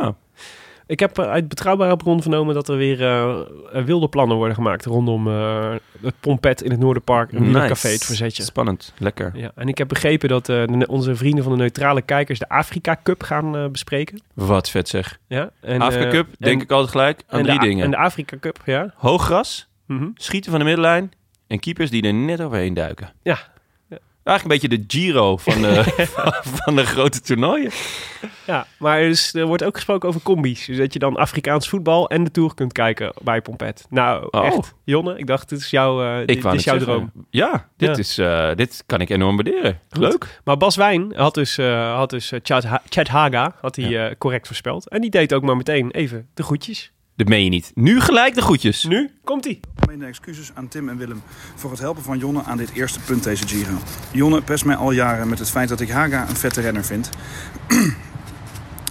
Pompet. Ik heb eh, uit betrouwbare bron vernomen dat er weer eh, eh, wilde plannen worden gemaakt rondom eh, het Pompet in het Noorderpark. Een
Nice.
nice. café, het verzetje.
Spannend. Lekker.
Ja, en ik heb begrepen dat eh, de ne- onze vrienden van de neutrale kijkers de Afrika Cup gaan eh, bespreken.
Wat vet zeg.
Ja, en,
Afrika
eh,
Cup,
en-
denk ik altijd gelijk aan
en
drie
de, A-
dingen.
En de Afrika Cup, ja.
Hoog gras,
Mhm.
schieten van de middenlijn en keepers die er net overheen duiken.
Ja.
Eigenlijk een beetje de Giro van de, van- van de grote toernooien.
Ja, maar dus, er wordt ook gesproken over combi's. Dus dat je dan Afrikaans voetbal en de Tour kunt kijken bij Pompet. Nou,
Oh.
echt. Jonne, ik dacht, dit is, jouw, eh, dit,
wou
dit is jouw
net zeggen,
droom.
Ja, dit,
Ja.
Is, eh, dit kan ik enorm waarderen. Leuk.
Maar Bas Wijn had dus, eh, had dus eh, Chad, Ha- Chad Haga had hij, eh, correct voorspeld. En die deed ook maar meteen even de groetjes.
Dat meen je niet. Nu gelijk de groetjes.
Nu komt hij.
Mijn excuses aan Tim en Willem voor het helpen van Jonne aan dit eerste punt deze Giro. Jonne pest mij al jaren met het feit dat ik Haga een vette renner vind.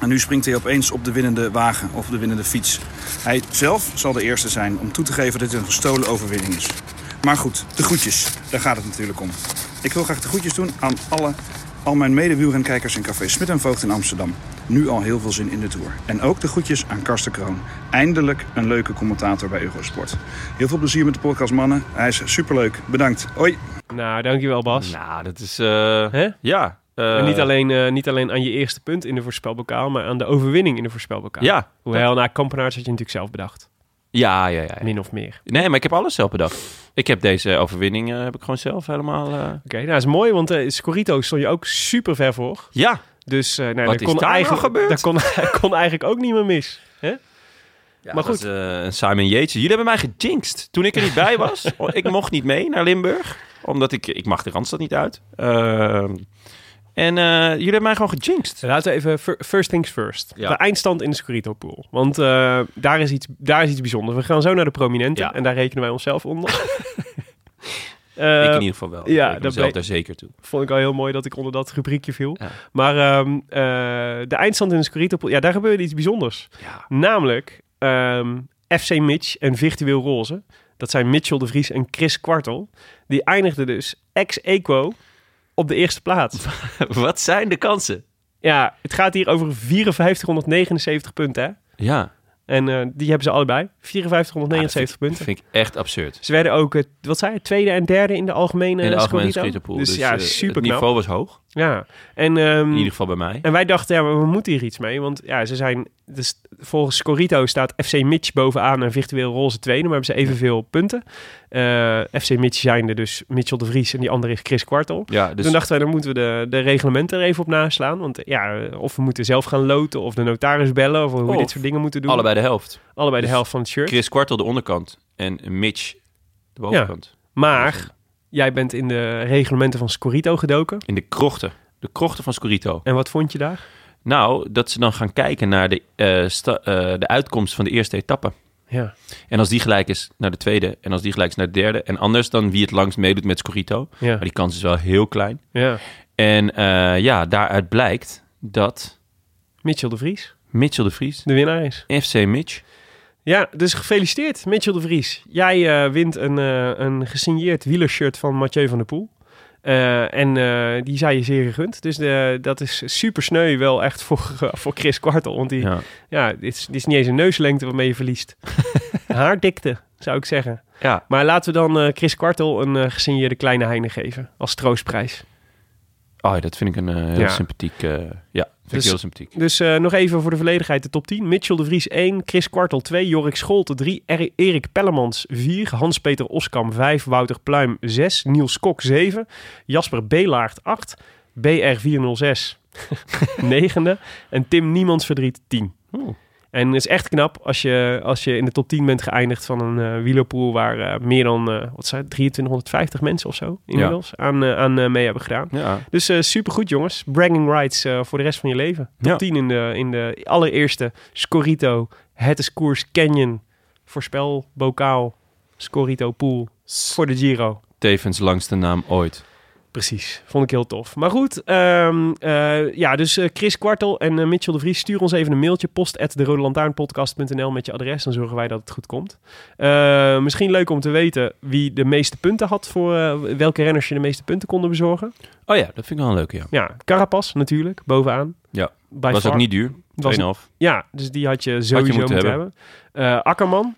En nu springt hij opeens op de winnende wagen of op de winnende fiets. Hij zelf zal de eerste zijn om toe te geven dat dit een gestolen overwinning is. Maar goed, de groetjes, daar gaat het natuurlijk om. Ik wil graag de groetjes doen aan alle, al mijn medewielrenkijkers in Café Smit en Voogd in Amsterdam. Nu al heel veel zin in de Tour. En ook de groetjes aan Karsten Kroon. Eindelijk een leuke commentator bij Eurosport. Heel veel plezier met de podcast mannen. Hij is superleuk. Bedankt. Hoi.
Nou, dankjewel Bas.
Nou, dat is... eh,
Hè?
Ja. eh,
En niet alleen, eh, niet alleen aan je eerste punt in de voorspelbokaal, maar aan de overwinning in de voorspelbokaal.
Ja.
Hoewel, na Kampenaars had je natuurlijk zelf bedacht.
Ja, ja, ja. ja.
Min of meer.
Nee, maar ik heb alles zelf bedacht. Ik heb deze overwinning eh, heb ik gewoon zelf helemaal... eh,
Oké, nou is mooi, want eh Scorito stond je ook super ver voor.
Ja.
Dus eh nee,
Wat
dat
is
kon
daar nou
eigenlijk,
gebeurd?
Dat kon, kon eigenlijk ook niet meer mis. Hè?
maar goed. eh, Simon Yates. Jullie hebben mij gejinxed. Toen ik er niet bij was. Oh, ik mocht niet mee naar Limburg. Omdat ik... Ik mag de Randstad niet uit. Ehm, en eh, jullie hebben mij gewoon gejinxed.
Laten we even fir- first things first.
Ja.
De eindstand in de Scorito pool. Want eh, daar, is iets, daar is iets bijzonders. We gaan zo naar de prominenten
Ja.
en daar rekenen wij onszelf onder. Eh,
ik in ieder geval wel.
ja,
ik
dat
mezelf
ben-
daar zeker toe.
Vond ik al heel mooi dat ik onder dat rubriekje viel.
Ja.
Maar ehm, eh, de eindstand in de Scorito, ja, daar gebeurde iets bijzonders.
Ja.
Namelijk ehm, FC Mitch en Virtueel Roze. Dat zijn Mitchell de Vries en Chris Kwartel. Die eindigden dus ex-equo op de eerste plaats.
Wat zijn de kansen?
Ja, het gaat hier over 5479 punten. Hè?
Ja,
En eh, die hebben ze allebei. 5479
dat
punten.
vind ik echt absurd.
Ze werden ook, eh, wat zei je, tweede en derde in de algemene
In de algemene
Scorito.
schietpool.
Dus,
Dus,
ja,
eh,
super
Het
knap.
niveau was hoog,
Ja, en, ehm,
in ieder geval bij mij.
en wij dachten, ja, maar we moeten hier iets mee. Want ja, ze zijn, dus volgens Scorito staat FC Mitch bovenaan en virtueel roze tweede. Maar hebben ze evenveel punten. Eh, FC Mitch zijn er dus Mitchell de Vries en die andere is Chris Kwartel.
Ja, dus
Toen dachten wij, dan moeten we de, de reglementen er even op naslaan. Want eh, ja, eh, of we moeten zelf gaan loten, of de notaris bellen, of hoe we
Of
dit soort dingen moeten doen.
Oh, allebei de helft.
Allebei de
Dus
helft van het shirt.
Chris Kwartel de onderkant en Mitch de bovenkant.
Maar jij bent in de reglementen van Scorito gedoken.
In de krochten. De krochten van Scorito.
En wat vond je daar?
Nou, dat ze dan gaan kijken naar de, eh, sta- eh, de uitkomst van de eerste etappe.
Ja.
En als die gelijk is naar de tweede. En als die gelijk is naar de derde. En anders dan wie het langst meedoet met Scorito.
Ja.
Maar die kans is wel heel klein.
ja.
En eh, ja, daaruit blijkt dat
Mitchell de Vries,
Mitchell de Vries,
de winnaar is.
FC Mitch,
Ja, dus gefeliciteerd Mitchell de Vries. Jij eh, wint een, eh, een gesigneerd wielershirt van Mathieu van der Poel. Eh, en eh, die zijn je zeer gegund. Dus de, dat is super sneu wel echt voor, eh, voor Chris Kwartel. Want die, ja.
ja.
dit, is, dit is niet eens een neuslengte waarmee je verliest. Haardikte, zou ik zeggen.
Ja,
Maar laten we dan eh, Chris Kwartel een eh, gesigneerde kleine heine geven. Als troostprijs.
Oh, ja, dat vind ik een eh, heel
Ja.
sympathiek. eh, ja, vind
Dus-
ik heel sympathiek.
Dus eh, nog even voor de volledigheid de top 10. Mitchell de Vries 1, Chris Kwartel 2, Jorik Scholte 3, Er- Erik Pellemans 4, Hans-Peter Oskam 5, Wouter Pluim 6, Niels Kok 7, Jasper Belaert 8, BR406 9e en Tim Niemands Verdriet 10.
Oeh.
En het is echt knap als je, als je in de top 10 bent geëindigd van een eh wielerpool waar eh, meer dan eh, wat zijn het, 2350 mensen of zo inmiddels aan, eh, aan eh, mee hebben gedaan.
Ja,
Dus super supergoed, jongens. Bragging rights eh, voor de rest van je leven. Top
Ja.
10 in de, in de allereerste Scorito, Het is Koers, Canyon, Voorspel, Bokaal, Scorito, Pool voor de Giro.
tevens langste naam ooit.
Precies, vond ik heel tof. Maar goed, ehm, eh, ja, dus eh, Chris Kwartel en eh, Mitchell de Vries, stuur ons even een mailtje. Post at derodelantaarnpodcast.nl met je adres, dan zorgen wij dat het goed komt. Eh, misschien leuk om te weten wie de meeste punten had voor eh, welke renners je de meeste punten konden bezorgen.
Oh ja, dat vind ik wel een leuke, ja.
Ja, Carapas natuurlijk, bovenaan.
Ja,
By
was
far.
ook niet duur. 2,5.
Was- Ja, dus die had je sowieso
moeten
moeten, hebben. Eh, Akkerman.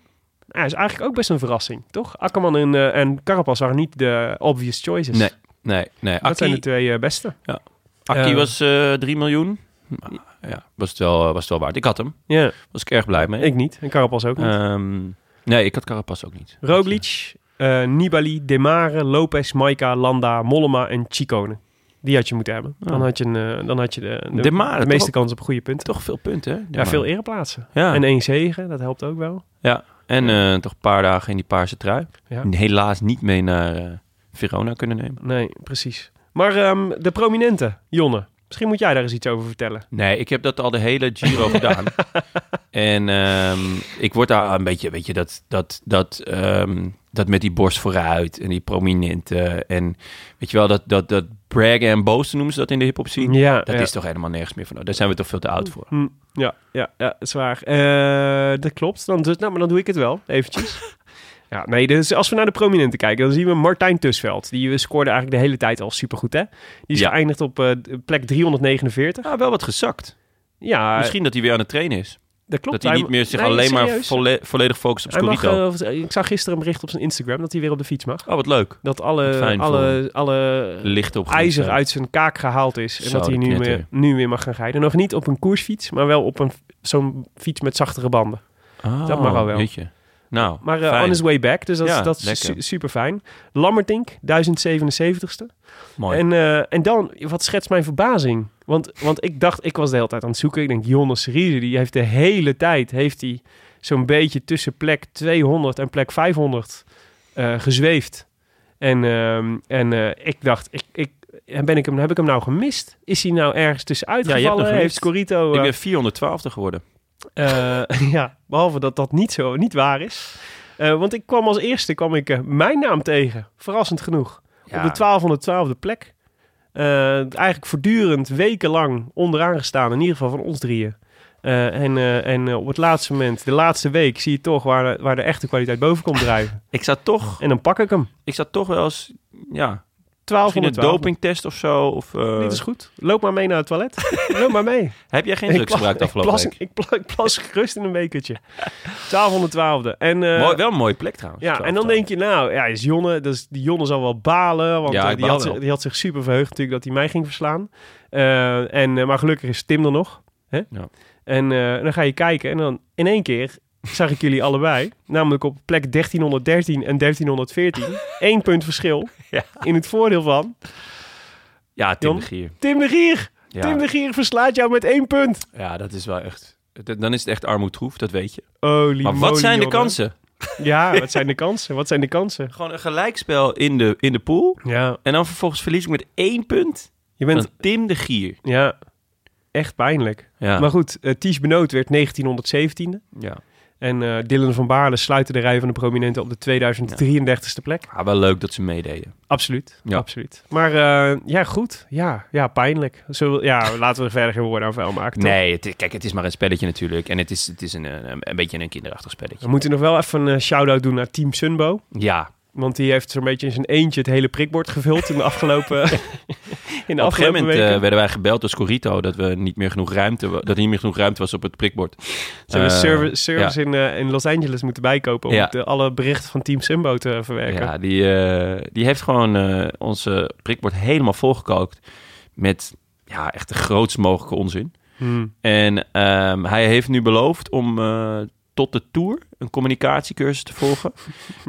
Ja, is eigenlijk ook best een verrassing, toch? Akkerman en, eh en Carapaz waren niet de obvious choices.
Nee, nee, nee.
Dus- Dat zijn de
Akki,
twee eh, beste.
Akki
eh, Ah,
was eh 3 miljoen. Nou, ja, was het, wel, eh, was het wel waard. Ik had hem.
Ja,
Was ik erg blij mee.
ik niet. En Carapaz ook niet.
Ehm, nee, ik had Carapaz ook niet.
Roglic, eh, Nibali, Demare, Lopez, Maika, Landa, Mollema en Chicone. Die had je moeten hebben. Dan
Ja.
had je, een, eh, dan had je de, de,
De Mare,
de meeste
Oh. toch?
kans op goede punten.
Toch veel punten, hè? De
Ja,
Mare.
veel ereplaatsen.
Ja.
En één zegen, dat helpt ook wel.
Ja, en eh, toch een paar dagen in die paarse trui.
Ja.
Helaas niet mee naar eh, Verona kunnen nemen.
Nee, precies. Maar ehm, de prominente, Jonne. Misschien moet jij daar eens iets over vertellen.
Nee, ik heb dat al de hele Giro gedaan. En ehm, ik word daar een beetje, weet je, dat, dat, dat, ehm, dat met die borst vooruit en die prominente. En weet je wel, dat, dat, dat braggen en boos noemen ze dat in de hip-hop scene.
Ja,
dat
ja.
is toch helemaal nergens meer van. Daar zijn we toch veel te oud voor.
Hm, ja, ja, ja, zwaar. Eh, dat klopt. Dan, doe- nou, maar dan doe ik het wel, eventjes. ja, nee, dus als we naar de prominenten kijken, dan zien we Martijn Tusveld. Die eh, scoorde eigenlijk de hele tijd al supergoed, hè? Die is
Ja.
geëindigd op eh, plek 349.
Nou, wel wat gezakt.
Ja, eh,
Misschien dat hij weer aan het trainen is.
dat klopt.
dat hij niet meer zich alleen maar volle- volledig focust op
Hij mag,
Scorito.
eh, ik zag gisteren een bericht op zijn Instagram dat hij weer op de fiets mag.
oh, wat leuk.
Dat alle,
Fijn voor
alle, alle
Licht op.
ijzer uit zijn kaak gehaald is. En
Zo,
dat hij
de
nu
knetter.
weer, nu weer mag gaan rijden. Nog niet op een koersfiets, maar wel op een, zo'n fiets met zachtere banden.
Oh,
dat mag al wel.
jeetje. Nou,
Maar eh,
fijn.
on his way back, dus dat, is-
Ja,
dat is
lekker.
su- super fijn. Lammertink, 1077ste.
mooi.
En, eh, en dan, wat schetst mijn verbazing? Want, want ik dacht, ik was de hele tijd aan het zoeken. Ik denk, Jonne Serize, die heeft de hele tijd heeft die zo'n beetje tussen plek 200 en plek 500 eh, gezweefd. En, ehm, en eh, ik dacht, ik, ik, en ben ik hem, heb ik hem nou gemist? Is hij nou ergens tussenuit
Ja, je hebt hem
gevallen? heeft
gemist.
Scorito... eh,
ik ben 412 geworden.
eh, ja, behalve dat dat niet zo niet waar is. Eh, Eh, want ik kwam als eerste kwam ik, eh, mijn naam tegen. Verrassend genoeg.
Ja.
Op de 1212e plek. Eh, eigenlijk voortdurend, wekenlang onderaan gestaan. In ieder geval van ons drieën. Eh, en eh, en eh, op het laatste moment, de laatste week, zie je toch waar, de- waar de echte kwaliteit boven komt drijven.
Ik zat toch,
en dan pak ik hem.
ik zat toch wel eens, ja, misschien
1212.
een dopingtest of zo. Of, eh,
Dit is goed. Loop maar mee naar het toilet. Loop maar mee.
Heb jij geen drugs
pla-
gebruikt afgelopen
plas,
week?
Ik pla- ik plas gerust in een bekertje. 1212e. En, eh,
Mooi, wel een mooie plek trouwens.
ja, en dan denk je, nou, ja, is Jonne, dus die Jonne zal wel balen. Want
Ja,
eh,
ik
die,
baal
had,
wel.
zich- die had zich super verheugd natuurlijk dat hij mij ging verslaan. Eh, en, eh, maar gelukkig is Tim er nog. Hè?
Ja.
En eh, dan ga je kijken en dan in één keer zag ik jullie allebei. Namelijk op plek 1313 en 1314. Eén punt verschil.
Ja.
In het voordeel van
Ja, Tim
Jon?
de Gier.
Tim de Gier. Tim
Ja,
de Gier verslaat jou met één punt.
ja, dat is wel echt... d- Dan is het echt armoedtroef, dat weet je.
Holy
Maar wat
moly,
zijn de
jongen.
kansen?
Ja, wat zijn de kansen? Wat zijn de kansen?
Gewoon een gelijkspel in de, in de pool.
Ja,
En dan vervolgens verlies ik met één punt
je
van
bent
Tim de Gier.
ja, echt pijnlijk.
Ja,
Maar goed, eh Ties Benoot werd 1917e.
ja.
En eh, Dylan van Baarle sluitte de rij van de prominenten op de 2033ste plek.
Ah, wel leuk dat ze meededen.
Absoluut,
Ja.
absoluut. Maar eh, ja, goed. Ja, ja pijnlijk. Zullen we- ja, laten we er verder geen woorden aan vuil maken. toch?
Nee, het, kijk, het is maar een spelletje natuurlijk. En het is, het is een, een, een beetje een kinderachtig spelletje.
We moeten nog wel even een eh, shout-out doen naar Team Sunbo.
Ja,
Want die heeft zo'n beetje in zijn eentje het hele prikbord gevuld in de afgelopen, in de
Op een gegeven
afgelopen
moment
weken.
eh, werden wij gebeld door Scorito dat we niet meer genoeg ruimte, wa- dat er niet meer genoeg ruimte was op het prikbord.
Ze hebben
Eh,
server- servers in, eh, in Los Angeles moeten bijkopen om
Ja.
de, alle berichten van Team Simbo te verwerken.
Ja, die, eh, die heeft gewoon eh onze prikbord helemaal volgekookt met ja, echt de grootst mogelijke onzin.
Hmm.
En ehm, hij heeft nu beloofd om eh, tot de tour een communicatiecursus te volgen.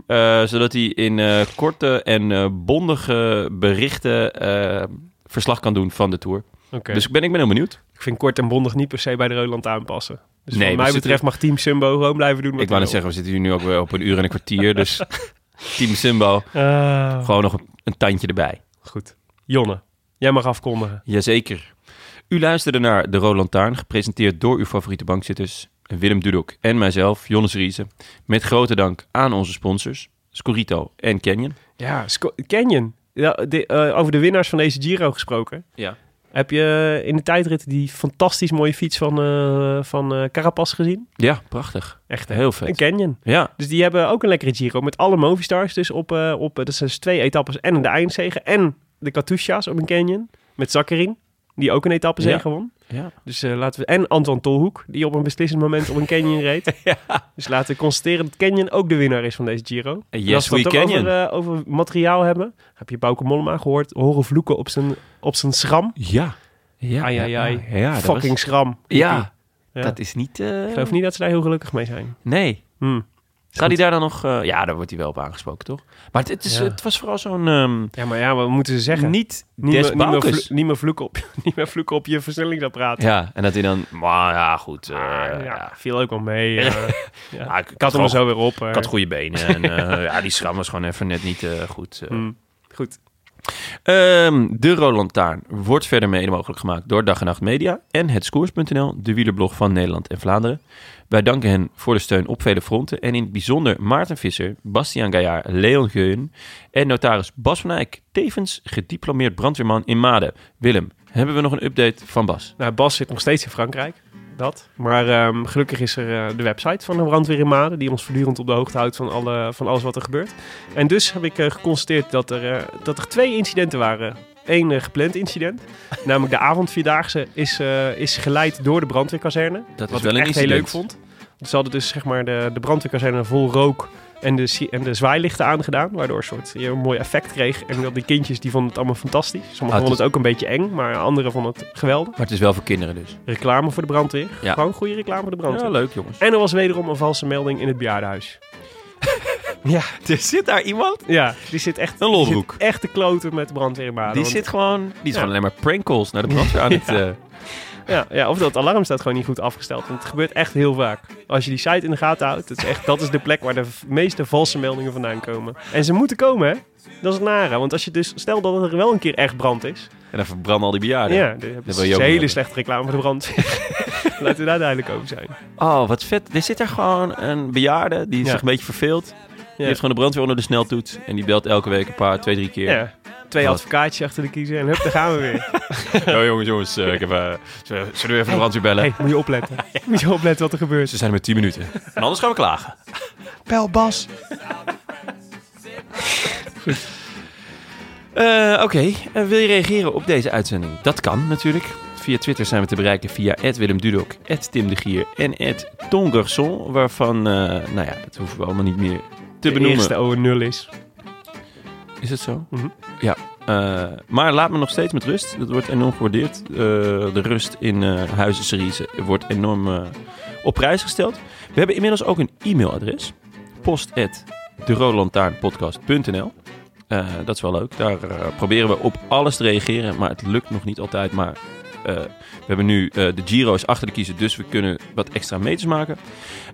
Eh, zodat hij in eh, korte en eh, bondige berichten eh, verslag kan doen van de tour.
Oké.
Dus ik ben, ik ben heel benieuwd.
ik vind kort en bondig niet per se bij de Roland aanpassen. Dus
Nee,
wat
we
mij
zitten-
betreft mag Team Simbo gewoon blijven doen wat
Ik wou net
hij
zeggen, we zitten hier nu ook weer op een uur en een kwartier. Dus Team Simbo,
wil. Ah.
gewoon nog een, een tandje erbij.
Goed. Jonne, jij mag afkondigen.
Jazeker. U luisterde naar De Roland Taarn, gepresenteerd door uw favoriete bankzitters Willem Dudok en mijzelf, Jonnes Riese. Met grote dank aan onze sponsors, Scorito en Canyon.
Ja, Sco- Canyon. Ja, de- eh, over de winnaars van deze Giro gesproken.
Ja.
Heb je eh, in de tijdrit die fantastisch mooie fiets van, eh, van eh, Carapaz gezien?
Ja, prachtig.
Echt
Heel
Een
vet.
Canyon.
Ja,
Dus die hebben ook een lekkere Giro met alle Movistars. Dus op, eh, op eh, dat zijn dus twee etappes en de eindzegen en de Katusha's op een canyon. Met Zakkerin, die ook een etappezege
Ja.
won.
ja.
Dus eh, laten we, en Anton Tolhoek, die op een beslissend moment op een canyon reed. Dus laten we constateren dat Canyon ook de winnaar is van deze Giro. En
yes,
als we het
we
dan toch
Canyon.
Over, eh, over materiaal hebben, heb je Bauke Mollema gehoord horen vloeken op zijn, op zijn schram.
Ja. Ja,
Ai, ai, ai.
ja, ja, dat
Fucking
was-
schram.
ja,
Ja.
dat is niet... eh,
Ik geloof niet dat ze daar heel gelukkig mee zijn.
Nee.
Hm.
Zou die daar dan nog... eh, ja, daar wordt hij wel op aangesproken, toch? Maar het, het is,
Ja.
het was vooral zo'n... ehm,
Ja, maar ja, wat moeten ze zeggen?
Niet
Niet
Des
meer, niet, meer
Baukes.
vlo- niet meer vloeken op, niet meer vloeken op je versnellingsapparaat.
Ja, en dat hij dan... Maar ja, goed. eh,
Ah, ja,
ja.
viel ook wel mee. eh. ja.
Ja, ik,
Ik had hem er zo weer op. eh.
Ik had goede benen. En, eh, ja, die schram was gewoon even net niet eh, goed. eh.
Hmm. Goed.
Ehm, de Roland Taarn wordt verder mede mogelijk gemaakt door Dag en Nacht Media en hetskoers.nl, de wielerblog van Nederland en Vlaanderen. Wij danken hen voor de steun op vele fronten en in het bijzonder Maarten Visser, Bastiaan Gaillard, Leon Geun en notaris Bas van Eyck, tevens gediplomeerd brandweerman in Maden. Willem, hebben we nog een update van Bas?
Nou, Bas zit nog steeds in Frankrijk. Dat. Maar ehm, gelukkig is er eh, de website van de brandweer in Maden... die ons voortdurend op de hoogte houdt van, alle, van alles wat er gebeurt. En dus heb ik eh, geconstateerd dat er, eh, dat er twee incidenten waren. Eén eh, gepland incident. namelijk de avondvierdaagse is, eh, is geleid door de brandweerkazerne.
Dat
Wat ik echt heel leuk vond. Ze hadden dus zeg maar de, de brandweerkazerne vol rook en de, si- en de zwaailichten aangedaan. Waardoor een soort je een mooi effect kreeg. En dat die kindjes die vonden het allemaal fantastisch. Sommigen
Ah, het
vonden
is-
het ook een beetje eng, maar anderen vonden het geweldig.
Maar het is wel voor kinderen dus.
Reclame voor de brandweer.
Ja.
Gewoon goede reclame voor de brandweer.
Ja, leuk jongens.
en er was wederom een valse melding in het bejaardenhuis. ja,
Er zit daar iemand,
ja, die zit echt,
Een
die
lolbroek.
zit echt te kloten met de brandweer in Baden.
die
Want-
zit gewoon, die is gewoon alleen maar prank calls naar de brandweer aan het... eh,
Ja, ja, of dat alarm staat gewoon niet goed afgesteld. Want het gebeurt echt heel vaak. Als je die site in de gaten houdt, dat is, echt, dat is de plek waar de v- meeste valse meldingen vandaan komen. En ze moeten komen, hè? Dat is het nare. Want als je dus, stel dat er wel een keer echt brand is,
En dan verbranden al die bejaarden.
Ja, daar hebben
Ah, wil
ze
je
een
ook
hele
niet hebben.
slechte reclame voor de brand. Laten we daar duidelijk over zijn.
Oh, wat vet. Er zit er gewoon een bejaarde die
Ja.
zich een beetje verveelt. Die heeft gewoon de brandweer onder de sneltoets. En die belt elke week een paar, twee, drie keer.
Ja. Twee
Wat?
advocaatjes achter de kiezer en hup, daar gaan we weer.
Oh, jongens, jongens. eh, ik heb, eh, zullen we zullen we even de brandweer bellen?
hey, moet je opletten. Moet je opletten wat er gebeurt.
Ze zijn er met 10 minuten. En anders gaan we klagen.
Bel Bas.
Eh, Oké, Eh, wil je reageren op deze uitzending? Dat kan natuurlijk. Via Twitter zijn we te bereiken via Willem Dudok, Tim de Gier en Tongerson. Waarvan, eh, nou ja, dat hoeven we allemaal niet meer te
De
benoemen.
eerste oude nul is.
Is het zo?
Mhm.
Ja. Eh, maar laat me nog steeds met rust. Dat wordt enorm gewaardeerd. Eh, de rust in eh huizen Cerise wordt enorm eh, op prijs gesteld. We hebben inmiddels ook een e-mailadres. Post Eh, dat is wel leuk. Daar eh, proberen we op alles te reageren. Maar het lukt nog niet altijd. Maar eh, we hebben nu eh, de Giro's achter de kiezer. Dus we kunnen wat extra meters maken.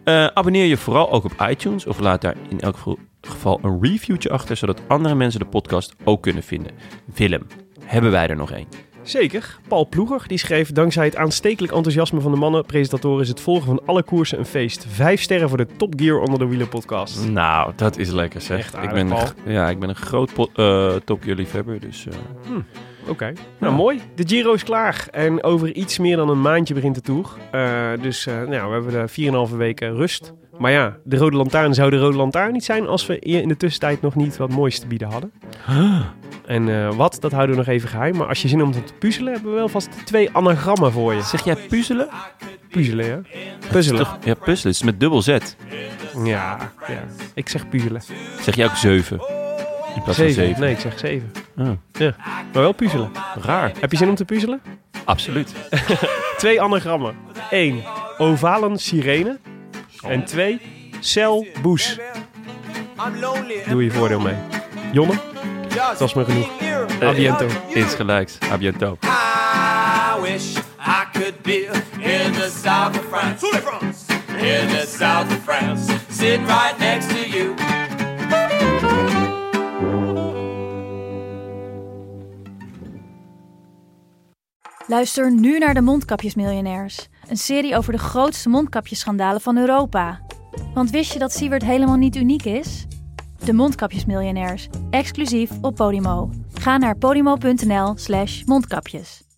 Eh, abonneer je vooral ook op iTunes. Of laat daar in elk geval- geval een reviewtje achter. Zodat andere mensen de podcast ook kunnen vinden. Willem, hebben wij er nog één?
Zeker. Paul Ploeger die schreef: Dankzij het aanstekelijk enthousiasme van de mannen-presentatoren is het volgen van alle koersen een feest. Vijf sterren voor de Top Gear onder de wielen podcast.
Nou, dat is lekker zeg.
Echt
ik
aardig,
ben
Paul.
een, g- ja, ik ben een groot po- eh, Top Gear liefhebber. Dus eh,
Oké. Nou, mooi. De Giro is klaar. En over iets meer dan een maandje begint de Tour. Eh, dus eh, nou, we hebben de 4,5 weken rust. Maar ja, de Rode Lantaarn zou de Rode Lantaarn niet zijn als we eer- in de tussentijd nog niet wat moois te bieden hadden. En eh, wat, dat houden we nog even geheim. Maar als je zin om te puzzelen, hebben we wel vast twee anagrammen voor je.
zeg jij puzzelen?
Puzzelen, ja? Puzzelen.
Toch? Ja, puzzelen. Het is met dubbel Z.
Ja, ja. Ik zeg puzzelen.
Zeg jij ook zeven? In plaats van
Zeven.
zeven.
Nee, ik zeg zeven.
Ah.
Ja. Maar wel puzzelen.
Raar.
Heb je zin om te puzzelen?
Absoluut.
Twee anagrammen. Eén, ovalen sirene. En twee, cel boes. Doe je voordeel mee. Jonne, dat was me genoeg. Abiento.
Eens gelijks. Abiento.
I wish I could be in the south of France. In the south of France. Sitting right next to you.
Luister nu naar de Mondkapjesmiljonairs. Een serie over de grootste mondkapjesschandalen van Europa. Want wist je dat Siewert helemaal niet uniek is? De Mondkapjesmiljonairs, exclusief op Podimo. Ga naar podimo.nl slash mondkapjes.